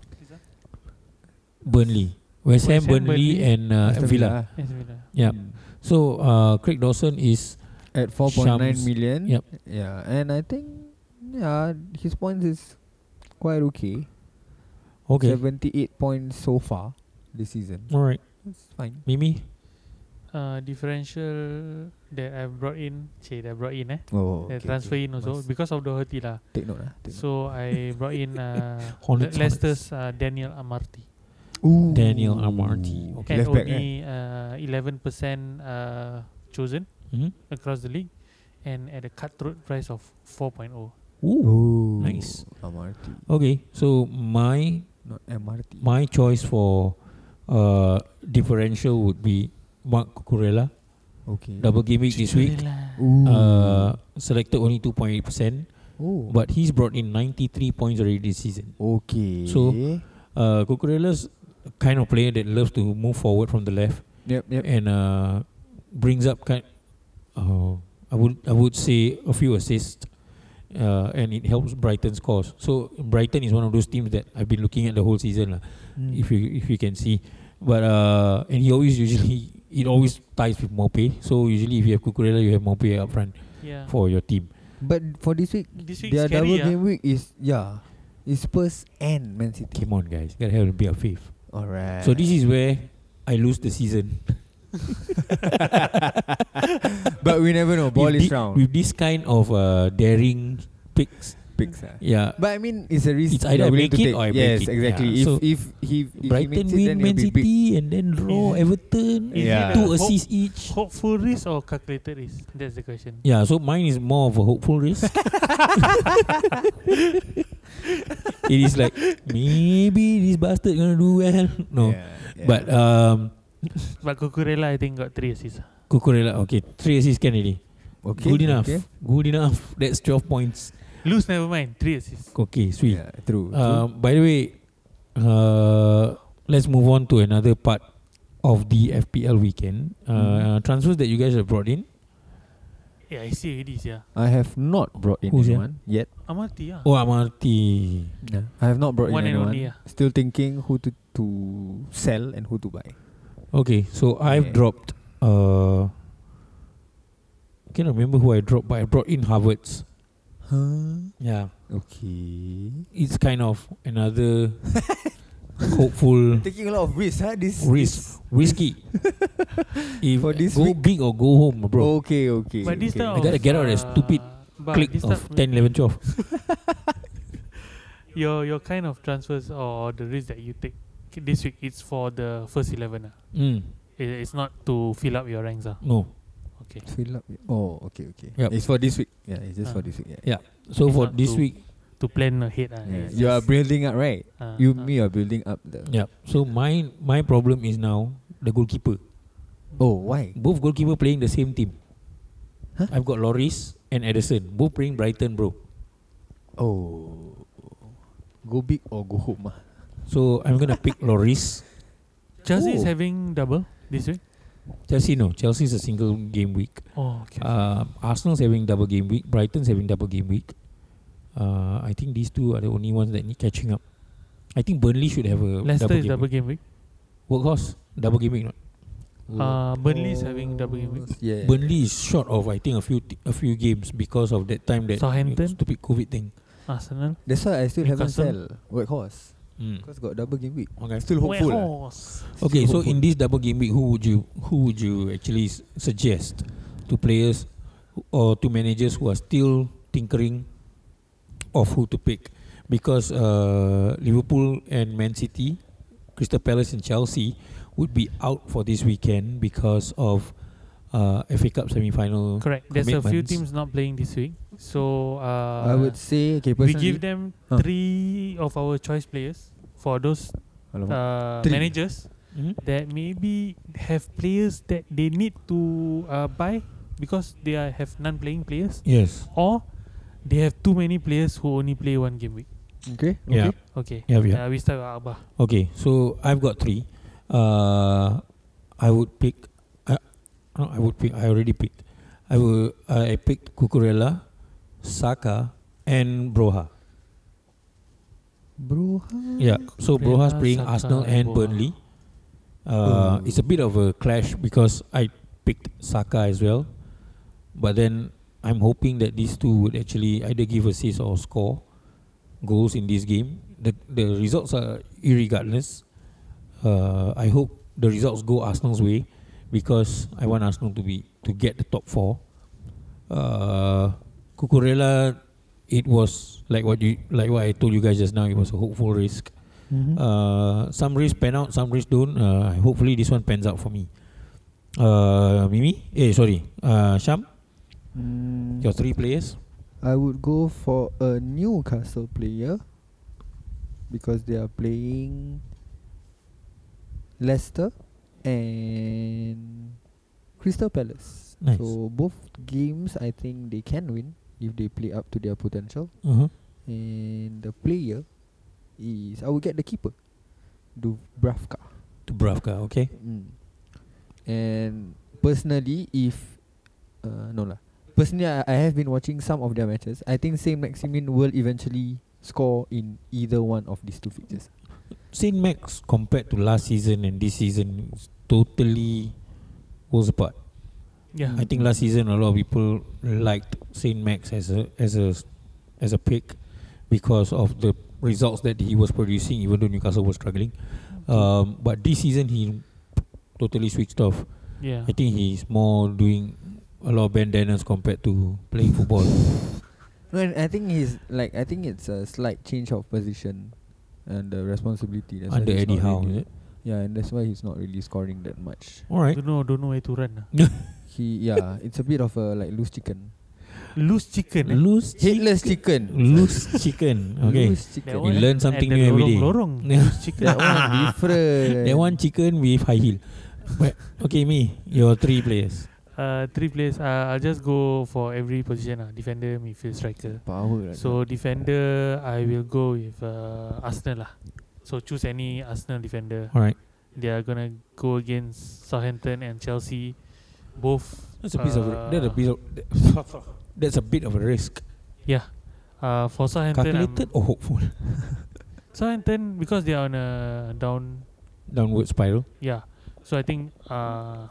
[SPEAKER 1] Burnley, West,
[SPEAKER 3] West
[SPEAKER 1] Ham,
[SPEAKER 3] Ham,
[SPEAKER 1] Burnley,
[SPEAKER 3] Burnley.
[SPEAKER 1] and uh,
[SPEAKER 2] Aston
[SPEAKER 1] Villa.
[SPEAKER 2] ah.
[SPEAKER 3] Yes, Villa.
[SPEAKER 1] Yeah.
[SPEAKER 2] Mm.
[SPEAKER 1] So uh, Craig Dawson is
[SPEAKER 2] At four point nine
[SPEAKER 1] Shams.
[SPEAKER 2] million.
[SPEAKER 1] Yep.
[SPEAKER 2] Yeah, and I think yeah his points is quite okay.
[SPEAKER 1] okay.
[SPEAKER 2] Seventy eight points so far this season.
[SPEAKER 1] All right,
[SPEAKER 2] It's fine.
[SPEAKER 1] Mimi.
[SPEAKER 3] Uh, differential that I brought in. Cik, that I brought in eh.
[SPEAKER 2] Oh,
[SPEAKER 3] that transfer in also
[SPEAKER 2] Must-
[SPEAKER 3] because of Doherty lah.
[SPEAKER 2] Take note, ah. Take note.
[SPEAKER 3] So I brought in uh, Le-
[SPEAKER 1] Hornets,
[SPEAKER 3] Leicester's uh, Daniel Amarty
[SPEAKER 2] Ooh.
[SPEAKER 1] Daniel Amarty.
[SPEAKER 3] and
[SPEAKER 1] Okay.
[SPEAKER 2] Left back,
[SPEAKER 3] only uh, eleven percent uh, chosen
[SPEAKER 1] Mhm.
[SPEAKER 3] across the league, and at a cutthroat price of oh. 4.0.
[SPEAKER 1] Ooh.
[SPEAKER 2] Ooh.
[SPEAKER 1] Nice.
[SPEAKER 2] Amarty.
[SPEAKER 1] Okay, so my
[SPEAKER 2] Not MRT.
[SPEAKER 1] my choice for uh, differential would be Mark Cucurella.
[SPEAKER 2] okay.
[SPEAKER 1] Double gimmick this week.
[SPEAKER 2] Ooh.
[SPEAKER 1] Uh, selected only 2.8%,
[SPEAKER 2] oh.
[SPEAKER 1] but he's brought in 93 points already this season.
[SPEAKER 2] okay.
[SPEAKER 1] So- Uh, Cucurella's the kind of player that loves to move forward from the left
[SPEAKER 2] yep, yep.
[SPEAKER 1] and uh, brings up kind. Uh, I would I would say a few assists, uh, and it helps Brighton's cause. So Brighton is one of those teams that I've been looking at the whole season lah.
[SPEAKER 2] Mm.
[SPEAKER 1] If you if you can see, but uh, and he always usually it always ties with Mope. So usually if you have Cucurella, you have Mope up front
[SPEAKER 3] Yeah.
[SPEAKER 1] for your team.
[SPEAKER 2] but for this week,
[SPEAKER 3] This week
[SPEAKER 2] their double
[SPEAKER 3] scary ah.
[SPEAKER 2] game week is yeah, is Spurs and Man City.
[SPEAKER 1] Come on, guys, gotta have a bit of faith.
[SPEAKER 2] All right.
[SPEAKER 1] So this is where I lose the season.
[SPEAKER 2] but we never know. Ball
[SPEAKER 1] with
[SPEAKER 2] is
[SPEAKER 1] thi-
[SPEAKER 2] round.
[SPEAKER 1] with this kind of uh, daring picks.
[SPEAKER 2] picks. ah.
[SPEAKER 1] Yeah,
[SPEAKER 2] But I mean, it's a risk.
[SPEAKER 1] It's either I
[SPEAKER 2] you're willing
[SPEAKER 1] make
[SPEAKER 2] to
[SPEAKER 1] it
[SPEAKER 2] take.
[SPEAKER 1] or I break
[SPEAKER 2] yes,
[SPEAKER 1] it.
[SPEAKER 2] exactly.
[SPEAKER 1] Yeah.
[SPEAKER 2] If
[SPEAKER 1] So
[SPEAKER 2] if he if he
[SPEAKER 1] Brighton
[SPEAKER 2] makes it,
[SPEAKER 1] win
[SPEAKER 2] then
[SPEAKER 1] Man
[SPEAKER 2] it'll be big.
[SPEAKER 1] City and then draw
[SPEAKER 3] Yeah.
[SPEAKER 1] Everton.
[SPEAKER 3] Is it
[SPEAKER 2] Yeah.
[SPEAKER 3] a
[SPEAKER 1] Two
[SPEAKER 3] hope-
[SPEAKER 1] assists each.
[SPEAKER 3] Hopeful risk or calculated risk? That's the question.
[SPEAKER 1] Yeah, so mine is more of a hopeful risk. it is like maybe this bastard gonna do well. No,
[SPEAKER 2] Yeah, yeah.
[SPEAKER 1] but um,
[SPEAKER 3] But Cucurella I think got three assists. ah.
[SPEAKER 1] Kukurela. Okay, three assists can already.
[SPEAKER 2] Okay.
[SPEAKER 1] Good enough.
[SPEAKER 2] Okay.
[SPEAKER 1] Good enough. That's 12 points.
[SPEAKER 3] Lose never mind. Three assists.
[SPEAKER 1] Okay, sweet.
[SPEAKER 2] Yeah, true.
[SPEAKER 1] Uh, by the way, uh, let's move on to another part of the FPL weekend.
[SPEAKER 2] Mm-hmm.
[SPEAKER 1] Uh, Transfers that you guys have brought in.
[SPEAKER 3] Yeah, I see already. Yeah,
[SPEAKER 2] true. I have not brought in
[SPEAKER 1] Who's that?
[SPEAKER 2] anyone yet.
[SPEAKER 3] Amati. ah. Yeah.
[SPEAKER 1] Oh, Amarty.
[SPEAKER 2] Yeah. I have not brought
[SPEAKER 3] One
[SPEAKER 2] in
[SPEAKER 3] and
[SPEAKER 2] anyone.
[SPEAKER 3] only, yeah.
[SPEAKER 2] Still thinking who to to sell and who to buy.
[SPEAKER 1] Okay, so I've
[SPEAKER 2] Yeah.
[SPEAKER 1] dropped. Uh, can't remember who I dropped, but I brought in Harvard's.
[SPEAKER 2] Huh?
[SPEAKER 1] Yeah,
[SPEAKER 2] Okay.
[SPEAKER 1] it's kind of another hopeful,
[SPEAKER 2] Taking a lot of risk, huh? This
[SPEAKER 1] Risk. risky. if
[SPEAKER 2] For this
[SPEAKER 1] go
[SPEAKER 2] week-
[SPEAKER 1] big or go home, bro.
[SPEAKER 2] Okay, okay.
[SPEAKER 3] But this
[SPEAKER 2] okay.
[SPEAKER 3] uh, time
[SPEAKER 1] I gotta get out of that stupid Click of 10, 11, 12.
[SPEAKER 3] Your your kind of transfers or the risk that you take k- this week it's for the first eleven. ah.
[SPEAKER 1] Mm,
[SPEAKER 3] It, it's not to fill up your ranks. ah.
[SPEAKER 1] no.
[SPEAKER 3] Okay.
[SPEAKER 2] Fill up. Oh, okay, okay.
[SPEAKER 1] Yup.
[SPEAKER 2] It's for this week. Yeah, it's just
[SPEAKER 3] Ah.
[SPEAKER 2] for this week. Yeah.
[SPEAKER 1] Yeah. So
[SPEAKER 3] It's
[SPEAKER 1] for
[SPEAKER 3] not
[SPEAKER 1] this
[SPEAKER 3] to-
[SPEAKER 1] week,
[SPEAKER 3] To plan ahead. ah.
[SPEAKER 2] Yeah.
[SPEAKER 3] It's
[SPEAKER 2] You are
[SPEAKER 3] just-
[SPEAKER 2] building up, right?
[SPEAKER 3] ah,
[SPEAKER 2] You,
[SPEAKER 3] ah.
[SPEAKER 2] me, are building up the.
[SPEAKER 1] yeah. So my my problem is now the goalkeeper.
[SPEAKER 2] Oh, why?
[SPEAKER 1] Both goalkeeper playing the same team.
[SPEAKER 2] Huh?
[SPEAKER 1] I've got Loris and Edison. Both playing Brighton, bro.
[SPEAKER 2] Oh, go big or go home. ah.
[SPEAKER 1] So I'm gonna pick Loris.
[SPEAKER 3] Chelsea is
[SPEAKER 2] Oh.
[SPEAKER 3] having double this week.
[SPEAKER 1] Chelsea no. Chelsea's a single game week.
[SPEAKER 3] Oh, okay.
[SPEAKER 1] Uh, Arsenal's having double game week. Brighton's having double game week. Uh, I think these two are the only ones that need catching up. I think Burnley should have a
[SPEAKER 3] Leicester
[SPEAKER 1] double
[SPEAKER 3] is
[SPEAKER 1] game
[SPEAKER 3] double
[SPEAKER 1] week.
[SPEAKER 3] game week.
[SPEAKER 1] Workhorse double game week. Not.
[SPEAKER 3] Uh, Burnley is having double game week.
[SPEAKER 2] Yeah.
[SPEAKER 1] Burnley is short of I think a few t- a few games because of that time that
[SPEAKER 3] Southampton?
[SPEAKER 1] stupid COVID thing.
[SPEAKER 3] Arsenal.
[SPEAKER 2] That's why I still haven't
[SPEAKER 3] Newcastle.
[SPEAKER 2] sell Workhorse
[SPEAKER 1] Mm.
[SPEAKER 2] because got double game week.
[SPEAKER 1] Okay.
[SPEAKER 2] Still hopeful. ah.
[SPEAKER 3] oh, Warhorse.
[SPEAKER 1] Okay, so
[SPEAKER 2] Hopeful.
[SPEAKER 1] in this double game week, who would you who would you actually s- suggest to players who- or to managers who are still tinkering of who to pick? Because uh, Liverpool and Man City, Crystal Palace and Chelsea would be out for this weekend because of uh, FA Cup semi-final.
[SPEAKER 3] Correct. There's a few
[SPEAKER 1] commitments.
[SPEAKER 3] teams not playing this week. So uh,
[SPEAKER 2] I would say okay.
[SPEAKER 3] we
[SPEAKER 2] Personally,
[SPEAKER 3] give them
[SPEAKER 2] Huh.
[SPEAKER 3] three of our choice players for those
[SPEAKER 1] Uh-huh.
[SPEAKER 2] Alamak.
[SPEAKER 3] uh,
[SPEAKER 2] Three.
[SPEAKER 3] managers
[SPEAKER 1] Mhm.
[SPEAKER 3] that maybe have players that they need to uh, buy because they are, have non-playing players
[SPEAKER 1] Yes.
[SPEAKER 3] or they have too many players who only play one game week.
[SPEAKER 2] okay.
[SPEAKER 1] Yeah.
[SPEAKER 2] Okay.
[SPEAKER 3] Okay.
[SPEAKER 1] Yeah, we
[SPEAKER 3] Uh, we start with Abah.
[SPEAKER 1] Okay, so I've got three. Uh, I would pick. I, no, I would pick. I already picked. I will. I picked Cucurella, Saka, and Broha.
[SPEAKER 2] Bro.
[SPEAKER 1] Yeah. So Broha's
[SPEAKER 3] Cucurella,
[SPEAKER 1] playing
[SPEAKER 3] Saka,
[SPEAKER 1] Arsenal
[SPEAKER 3] and
[SPEAKER 1] and
[SPEAKER 3] Broha.
[SPEAKER 1] Burnley. Uh,
[SPEAKER 2] Oh.
[SPEAKER 1] it's a bit of a clash because I picked Saka as well, but then I'm hoping that these two would actually either give assists or score goals in this game. The the results are irregardless. Uh, I hope the results go Arsenal's way because I want Arsenal to be to get the top four. Uh, Cucurella, it was like what you like what I told you guys just now. It was a hopeful risk.
[SPEAKER 2] Mm-hmm.
[SPEAKER 3] Mm-hmm.
[SPEAKER 1] Uh, some risk pan out, some risk don't. Uh, hopefully this one pans out for me. Uh, Mimi, eh sorry, uh, Sham,
[SPEAKER 2] Mm,
[SPEAKER 1] your three players.
[SPEAKER 2] I would go for a Newcastle player because they are playing Leicester and Crystal Palace.
[SPEAKER 1] Nice.
[SPEAKER 2] So both games I think they can win if they play up to their potential.
[SPEAKER 1] Uh-huh.
[SPEAKER 2] And the player is I would get the keeper, Dubravka.
[SPEAKER 1] Dubravka, okay.
[SPEAKER 2] Mm. And personally, if uh, no lah, personally I, I have been watching some of their matches. I think Saint Maximin will eventually score in either one of these two fixtures.
[SPEAKER 1] Saint Max compared to last season and this season is totally worlds apart.
[SPEAKER 3] Yeah.
[SPEAKER 1] Mm. I think last season a lot of people liked Saint Max as a as a as a pick because of the results that he was producing, even though Newcastle was struggling. Um, but this season he totally switched off.
[SPEAKER 3] yeah.
[SPEAKER 1] I think he's more doing a lot of bandanas compared to playing football.
[SPEAKER 2] No, and I think he's like I think it's a slight change of position and the responsibility. That's why
[SPEAKER 1] Under
[SPEAKER 2] he's
[SPEAKER 1] Eddie
[SPEAKER 2] not
[SPEAKER 1] Howe,
[SPEAKER 2] really-
[SPEAKER 1] is it?
[SPEAKER 2] Yeah, and that's why he's not really scoring that much.
[SPEAKER 1] All right.
[SPEAKER 3] Don't know, don't know where to run. ah.
[SPEAKER 2] He yeah, it's a bit of a like loose chicken,
[SPEAKER 3] Loose chicken. eh.
[SPEAKER 1] Loose chicken.
[SPEAKER 2] headless chicken,
[SPEAKER 1] Loose chicken. Okay.
[SPEAKER 2] loose
[SPEAKER 3] That
[SPEAKER 2] chicken.
[SPEAKER 1] You
[SPEAKER 3] one
[SPEAKER 1] learn
[SPEAKER 3] at
[SPEAKER 1] something
[SPEAKER 3] the
[SPEAKER 1] new every day.
[SPEAKER 3] lorong-lorong. Loose chicken.
[SPEAKER 2] That one different.
[SPEAKER 1] That one chicken with high heel. But okay, me, your three players.
[SPEAKER 3] Uh, three players. Uh, I'll just go for every position. Uh, defender, midfield, striker.
[SPEAKER 2] Power right
[SPEAKER 3] So defender, I will go with uh, Arsenal lah. So choose any Arsenal defender.
[SPEAKER 1] All right.
[SPEAKER 3] They are gonna go against Southampton and Chelsea, both.
[SPEAKER 1] That's a piece of that's a
[SPEAKER 3] Uh,
[SPEAKER 1] piece of that's a bit of a risk.
[SPEAKER 3] Yeah. Uh, for Southampton, I'm-
[SPEAKER 1] Calculated or hopeful?
[SPEAKER 3] Southampton because they are on a down.
[SPEAKER 1] Downward spiral.
[SPEAKER 3] Yeah. So I think uh,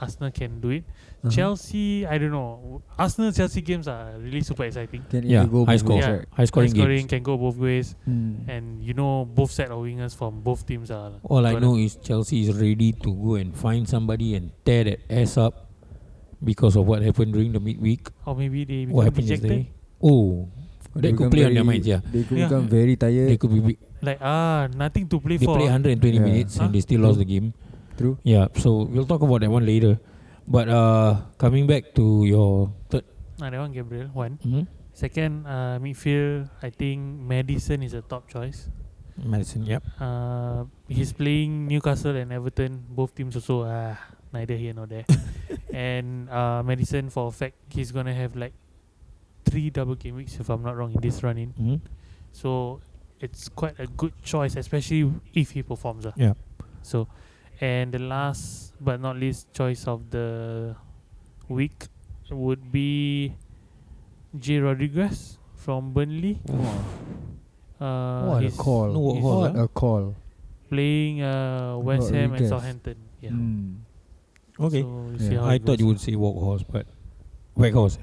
[SPEAKER 3] Arsenal can do it.
[SPEAKER 1] Uh-huh.
[SPEAKER 2] now.
[SPEAKER 3] Chelsea, I don't know. Arsenal Chelsea games are really super exciting.
[SPEAKER 2] Can
[SPEAKER 1] Yeah,
[SPEAKER 2] either go
[SPEAKER 1] high
[SPEAKER 2] both
[SPEAKER 1] score.
[SPEAKER 2] ways,
[SPEAKER 3] Yeah.
[SPEAKER 2] right?
[SPEAKER 1] High scoring,
[SPEAKER 3] High scoring
[SPEAKER 1] games.
[SPEAKER 3] can go both ways,
[SPEAKER 2] Mm.
[SPEAKER 3] and you know both set of wingers from both teams are.
[SPEAKER 1] All I
[SPEAKER 3] gonna-
[SPEAKER 1] know is Chelsea is ready to go and find somebody and tear that ass up because of what happened during the midweek.
[SPEAKER 3] Or maybe they
[SPEAKER 1] What
[SPEAKER 3] become
[SPEAKER 1] happened
[SPEAKER 3] dejected.
[SPEAKER 1] yesterday? Oh,
[SPEAKER 2] Or
[SPEAKER 1] They could
[SPEAKER 2] become
[SPEAKER 1] play on their
[SPEAKER 2] very-
[SPEAKER 1] minds, yeah.
[SPEAKER 2] They could
[SPEAKER 3] Yeah.
[SPEAKER 2] become very tired.
[SPEAKER 1] they could be. big-
[SPEAKER 3] Like ah, nothing to play
[SPEAKER 1] They
[SPEAKER 3] for.
[SPEAKER 1] play 120
[SPEAKER 2] Yeah.
[SPEAKER 1] minutes
[SPEAKER 3] Huh?
[SPEAKER 1] and they still lost the game.
[SPEAKER 2] True.
[SPEAKER 1] Yeah, so we'll talk about that one later. But uh, coming back to your third,
[SPEAKER 3] Ah, that one Gabriel one.
[SPEAKER 1] hmm?
[SPEAKER 3] Second uh, midfield, I think Madison is a top choice.
[SPEAKER 1] Madison. Yep.
[SPEAKER 3] Uh, he's playing Newcastle and Everton. Both teams also ah, neither here nor there. and uh, Madison for a fact he's gonna have like three double game weeks if I'm not wrong in this run in.
[SPEAKER 1] hmm
[SPEAKER 3] So it's quite a good choice, especially if he performs. ah.
[SPEAKER 1] Yeah.
[SPEAKER 3] So, and the last but not least choice of the week would be J Rodriguez from Burnley. Uh,
[SPEAKER 2] what a
[SPEAKER 3] he's-
[SPEAKER 2] call.
[SPEAKER 1] no work
[SPEAKER 3] he's
[SPEAKER 1] hall,
[SPEAKER 2] what
[SPEAKER 1] huh?
[SPEAKER 2] a call.
[SPEAKER 3] playing uh, West Ham and
[SPEAKER 2] Rodriguez.
[SPEAKER 3] Southampton. Yeah.
[SPEAKER 2] Mm.
[SPEAKER 1] Okay.
[SPEAKER 3] uh, So we'll see
[SPEAKER 2] Yeah.
[SPEAKER 3] how
[SPEAKER 1] I
[SPEAKER 3] it
[SPEAKER 1] thought you would
[SPEAKER 3] goes.
[SPEAKER 1] say workhorse, but workhorse.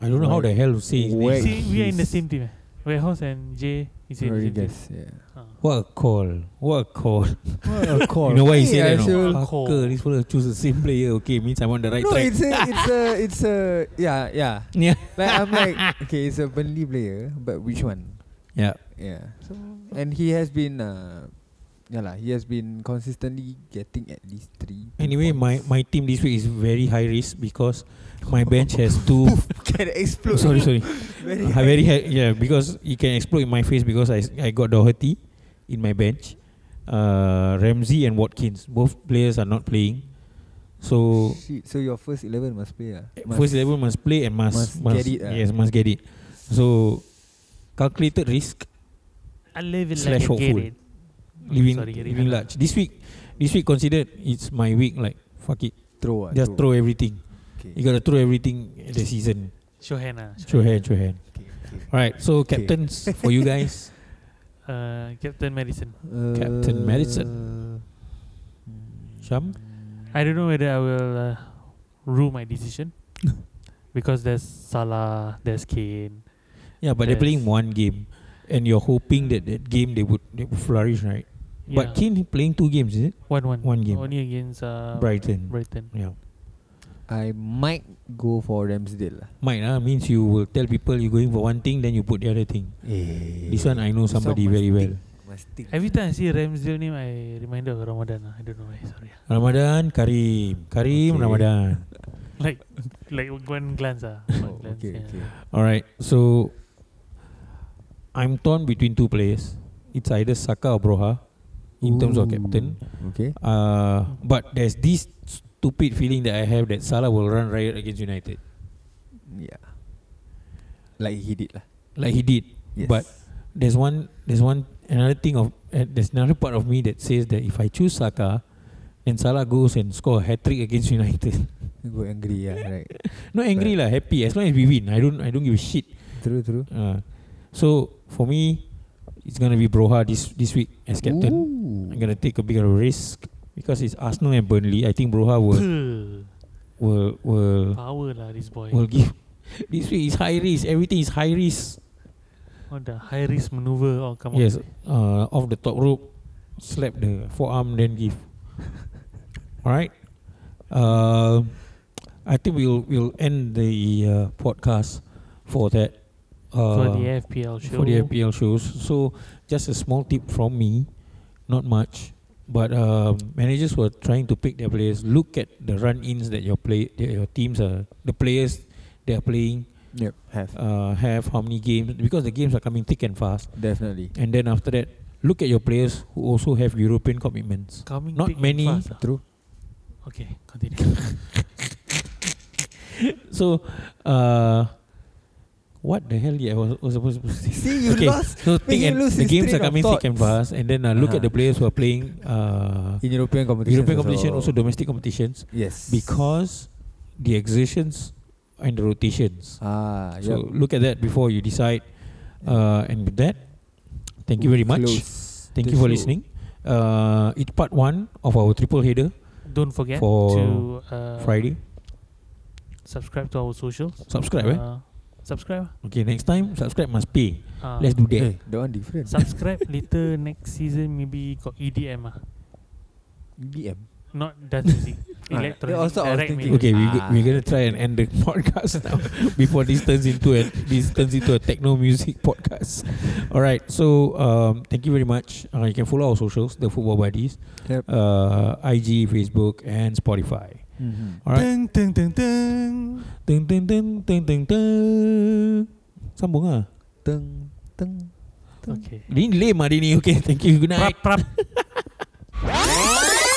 [SPEAKER 1] I don't know how
[SPEAKER 2] Right.
[SPEAKER 1] the hell to say his name.
[SPEAKER 2] Wag-
[SPEAKER 3] See, we are in the
[SPEAKER 2] He's-
[SPEAKER 3] same team. Eh? Warehouse and J is in the same team.
[SPEAKER 2] Rodriguez, yeah.
[SPEAKER 3] Ah.
[SPEAKER 1] What a call. What a call.
[SPEAKER 2] What a call.
[SPEAKER 1] You know why he
[SPEAKER 2] Hey,
[SPEAKER 1] said
[SPEAKER 2] I
[SPEAKER 1] that?
[SPEAKER 2] should-
[SPEAKER 1] No?
[SPEAKER 3] Call.
[SPEAKER 1] Fucker, this fella choose the same player. Okay, means I'm on the right
[SPEAKER 2] No,
[SPEAKER 1] track.
[SPEAKER 2] it's a, it's a, it's a, yeah, yeah.
[SPEAKER 1] yeah.
[SPEAKER 2] Like I'm like, okay, it's a Burnley player, but which one?
[SPEAKER 1] Yeah.
[SPEAKER 2] Yeah. So and he has been, uh, yeah lah, he has been consistently getting at least three.
[SPEAKER 1] Anyway, my, my team this week is very high risk because my bench has two.
[SPEAKER 2] can explode.
[SPEAKER 1] sorry, sorry.
[SPEAKER 2] Very
[SPEAKER 1] I very high, yeah because it can explode in my face because I I got Doherty in my bench, uh, Ramsey and Watkins both players are not playing, so
[SPEAKER 2] Shit, so your first eleven must play ah. Must-
[SPEAKER 1] first eleven must play and must
[SPEAKER 2] must get it, ah.
[SPEAKER 1] yes must get it. So calculated risk
[SPEAKER 3] I live in
[SPEAKER 1] Slash
[SPEAKER 3] like a
[SPEAKER 1] hopeful.
[SPEAKER 3] gated.
[SPEAKER 1] living
[SPEAKER 3] Oh, Sorry, Gary.
[SPEAKER 1] living large. This week this week considered it's my week like fuck it
[SPEAKER 2] throw. ah,
[SPEAKER 1] just throw everything.
[SPEAKER 2] Okay.
[SPEAKER 1] You gotta throw everything at the season.
[SPEAKER 3] Show hand. ah, show
[SPEAKER 1] Show hand,
[SPEAKER 3] hand.
[SPEAKER 1] show hand.
[SPEAKER 2] Okay, okay.
[SPEAKER 1] Alright, so
[SPEAKER 2] Okay.
[SPEAKER 1] captains for you guys.
[SPEAKER 3] Uh, Captain Madison.
[SPEAKER 2] Uh,
[SPEAKER 1] Captain Madison.
[SPEAKER 2] Hmm?
[SPEAKER 1] Sham?
[SPEAKER 3] I don't know whether I will uh, rue my decision because there's Salah, there's Kane.
[SPEAKER 1] Yeah, but they're playing
[SPEAKER 3] Yes.
[SPEAKER 1] one game, and you're hoping that that game they would, they would flourish, right? But
[SPEAKER 3] Yeah.
[SPEAKER 1] Kane playing two games, is it?
[SPEAKER 3] one one
[SPEAKER 1] one game.
[SPEAKER 3] only against uh,
[SPEAKER 1] Brighton.
[SPEAKER 3] Brighton.
[SPEAKER 1] Yeah.
[SPEAKER 2] I might go for Ramsdale lah.
[SPEAKER 1] Might ah means you will tell people you're going for one thing, then you put the other thing.
[SPEAKER 2] Eh.
[SPEAKER 1] This one I know
[SPEAKER 2] This one
[SPEAKER 1] somebody
[SPEAKER 2] must
[SPEAKER 1] very well.
[SPEAKER 2] think, Must think.
[SPEAKER 3] Every time I see Ramsdale name, I remind of Ramadan. ah. I don't know why. Sorry. ah.
[SPEAKER 1] Ramadan Karim, Karim
[SPEAKER 2] Okay.
[SPEAKER 1] Ramadan.
[SPEAKER 3] Like like one glance ah.
[SPEAKER 2] Oh,
[SPEAKER 3] One glance,
[SPEAKER 2] okay,
[SPEAKER 3] yeah.
[SPEAKER 2] okay.
[SPEAKER 1] All right, so I'm torn between two players. It's either Saka or Broha, in terms of
[SPEAKER 2] Ooh,
[SPEAKER 1] captain.
[SPEAKER 2] Okay.
[SPEAKER 1] Uh, but there's this stupid feeling that I have that Salah will run riot against United,
[SPEAKER 2] Yeah. Like he did lah.
[SPEAKER 1] like he did.
[SPEAKER 2] Yes.
[SPEAKER 1] But there's one there's one another thing of uh, there's another part of me that says that if I choose Saka then Salah goes and score a hat trick against United.
[SPEAKER 2] You go angry, yeah, right.
[SPEAKER 1] Not angry lah, happy as long as we win. I don't I don't give a shit.
[SPEAKER 2] True, true.
[SPEAKER 1] Uh, so for me, it's gonna be Broha this this week as captain.
[SPEAKER 2] Ooh.
[SPEAKER 1] I'm gonna take a bigger risk because it's Arsenal and Burnley. I think Broha will
[SPEAKER 3] Puh,
[SPEAKER 1] will will
[SPEAKER 3] Power lah this boy.
[SPEAKER 1] will give. This week is high risk. Everything is high risk.
[SPEAKER 3] All the high risk maneuver all come
[SPEAKER 1] Yes,
[SPEAKER 3] out.
[SPEAKER 1] uh, off the top rope, slap the forearm, then give. All right. Uh, I think we'll we'll end the uh, podcast for that.
[SPEAKER 3] for
[SPEAKER 1] Uh,
[SPEAKER 3] the FPL show.
[SPEAKER 1] for the FPL shows. So just a small tip from me, not much. But um, managers who are trying to pick their players, look at the run-ins that your play, that your teams are, the players they are playing
[SPEAKER 2] Yep, have.
[SPEAKER 1] uh, have, how many games, because the games are coming thick and fast.
[SPEAKER 2] Definitely.
[SPEAKER 1] And then after that, look at your players who also have European commitments.
[SPEAKER 3] Coming
[SPEAKER 1] Not
[SPEAKER 3] thick and
[SPEAKER 1] many-
[SPEAKER 3] fast ah.
[SPEAKER 2] True.
[SPEAKER 3] Okay, continue.
[SPEAKER 1] so, uh, what the hell? Yeah, I was, was supposed to say.
[SPEAKER 2] See, you
[SPEAKER 1] Okay,
[SPEAKER 2] lost
[SPEAKER 1] So thick
[SPEAKER 2] you
[SPEAKER 1] and
[SPEAKER 2] lose
[SPEAKER 1] the
[SPEAKER 2] his
[SPEAKER 1] games
[SPEAKER 2] train
[SPEAKER 1] are
[SPEAKER 2] of
[SPEAKER 1] coming thick and
[SPEAKER 2] thoughts.
[SPEAKER 1] fast, and then uh, look at
[SPEAKER 2] Uh-huh.
[SPEAKER 1] the players who are playing uh,
[SPEAKER 2] in European competition.
[SPEAKER 1] European competition, also domestic competitions,
[SPEAKER 2] Yes.
[SPEAKER 1] because the exertions and the rotations.
[SPEAKER 2] ah,
[SPEAKER 1] So
[SPEAKER 2] yep.
[SPEAKER 1] look at that before you decide. Uh, and with that, thank you very much.
[SPEAKER 2] Close
[SPEAKER 1] Thank you
[SPEAKER 2] the
[SPEAKER 1] for
[SPEAKER 2] show.
[SPEAKER 1] listening. Uh, it's part one of our triple header
[SPEAKER 3] Don't forget
[SPEAKER 1] For
[SPEAKER 3] to uh,
[SPEAKER 1] Friday.
[SPEAKER 3] subscribe to our socials.
[SPEAKER 1] Subscribe, eh?
[SPEAKER 3] Uh, subscribe.
[SPEAKER 1] Okay, next time subscribe must pay.
[SPEAKER 3] Uh,
[SPEAKER 1] Let's do that.
[SPEAKER 2] Eh, that one different.
[SPEAKER 3] subscribe later next season maybe got EDM ah.
[SPEAKER 2] BM.
[SPEAKER 3] Not dance music.
[SPEAKER 2] Ah,
[SPEAKER 3] Electronic.
[SPEAKER 2] also I was
[SPEAKER 3] direct
[SPEAKER 2] thinking-
[SPEAKER 3] music.
[SPEAKER 1] Okay, we go,
[SPEAKER 2] Ah.
[SPEAKER 1] we're gonna try and end the podcast now before this turns into a this turns into a techno music podcast. All right, so um, thank you very much. Uh, you can follow our socials, the Football Buddies,
[SPEAKER 2] Yep.
[SPEAKER 1] uh, IG, Facebook, and Spotify.
[SPEAKER 2] Mm-hmm.
[SPEAKER 1] All right.
[SPEAKER 4] Ding, ding, ding, ding.
[SPEAKER 1] Ding ding ding ding ding ding. Sambung ah.
[SPEAKER 2] Teng, teng.
[SPEAKER 3] Okay.
[SPEAKER 1] Ini lame ah dia ni. Okay, thank you. Good night.
[SPEAKER 3] Prap prap.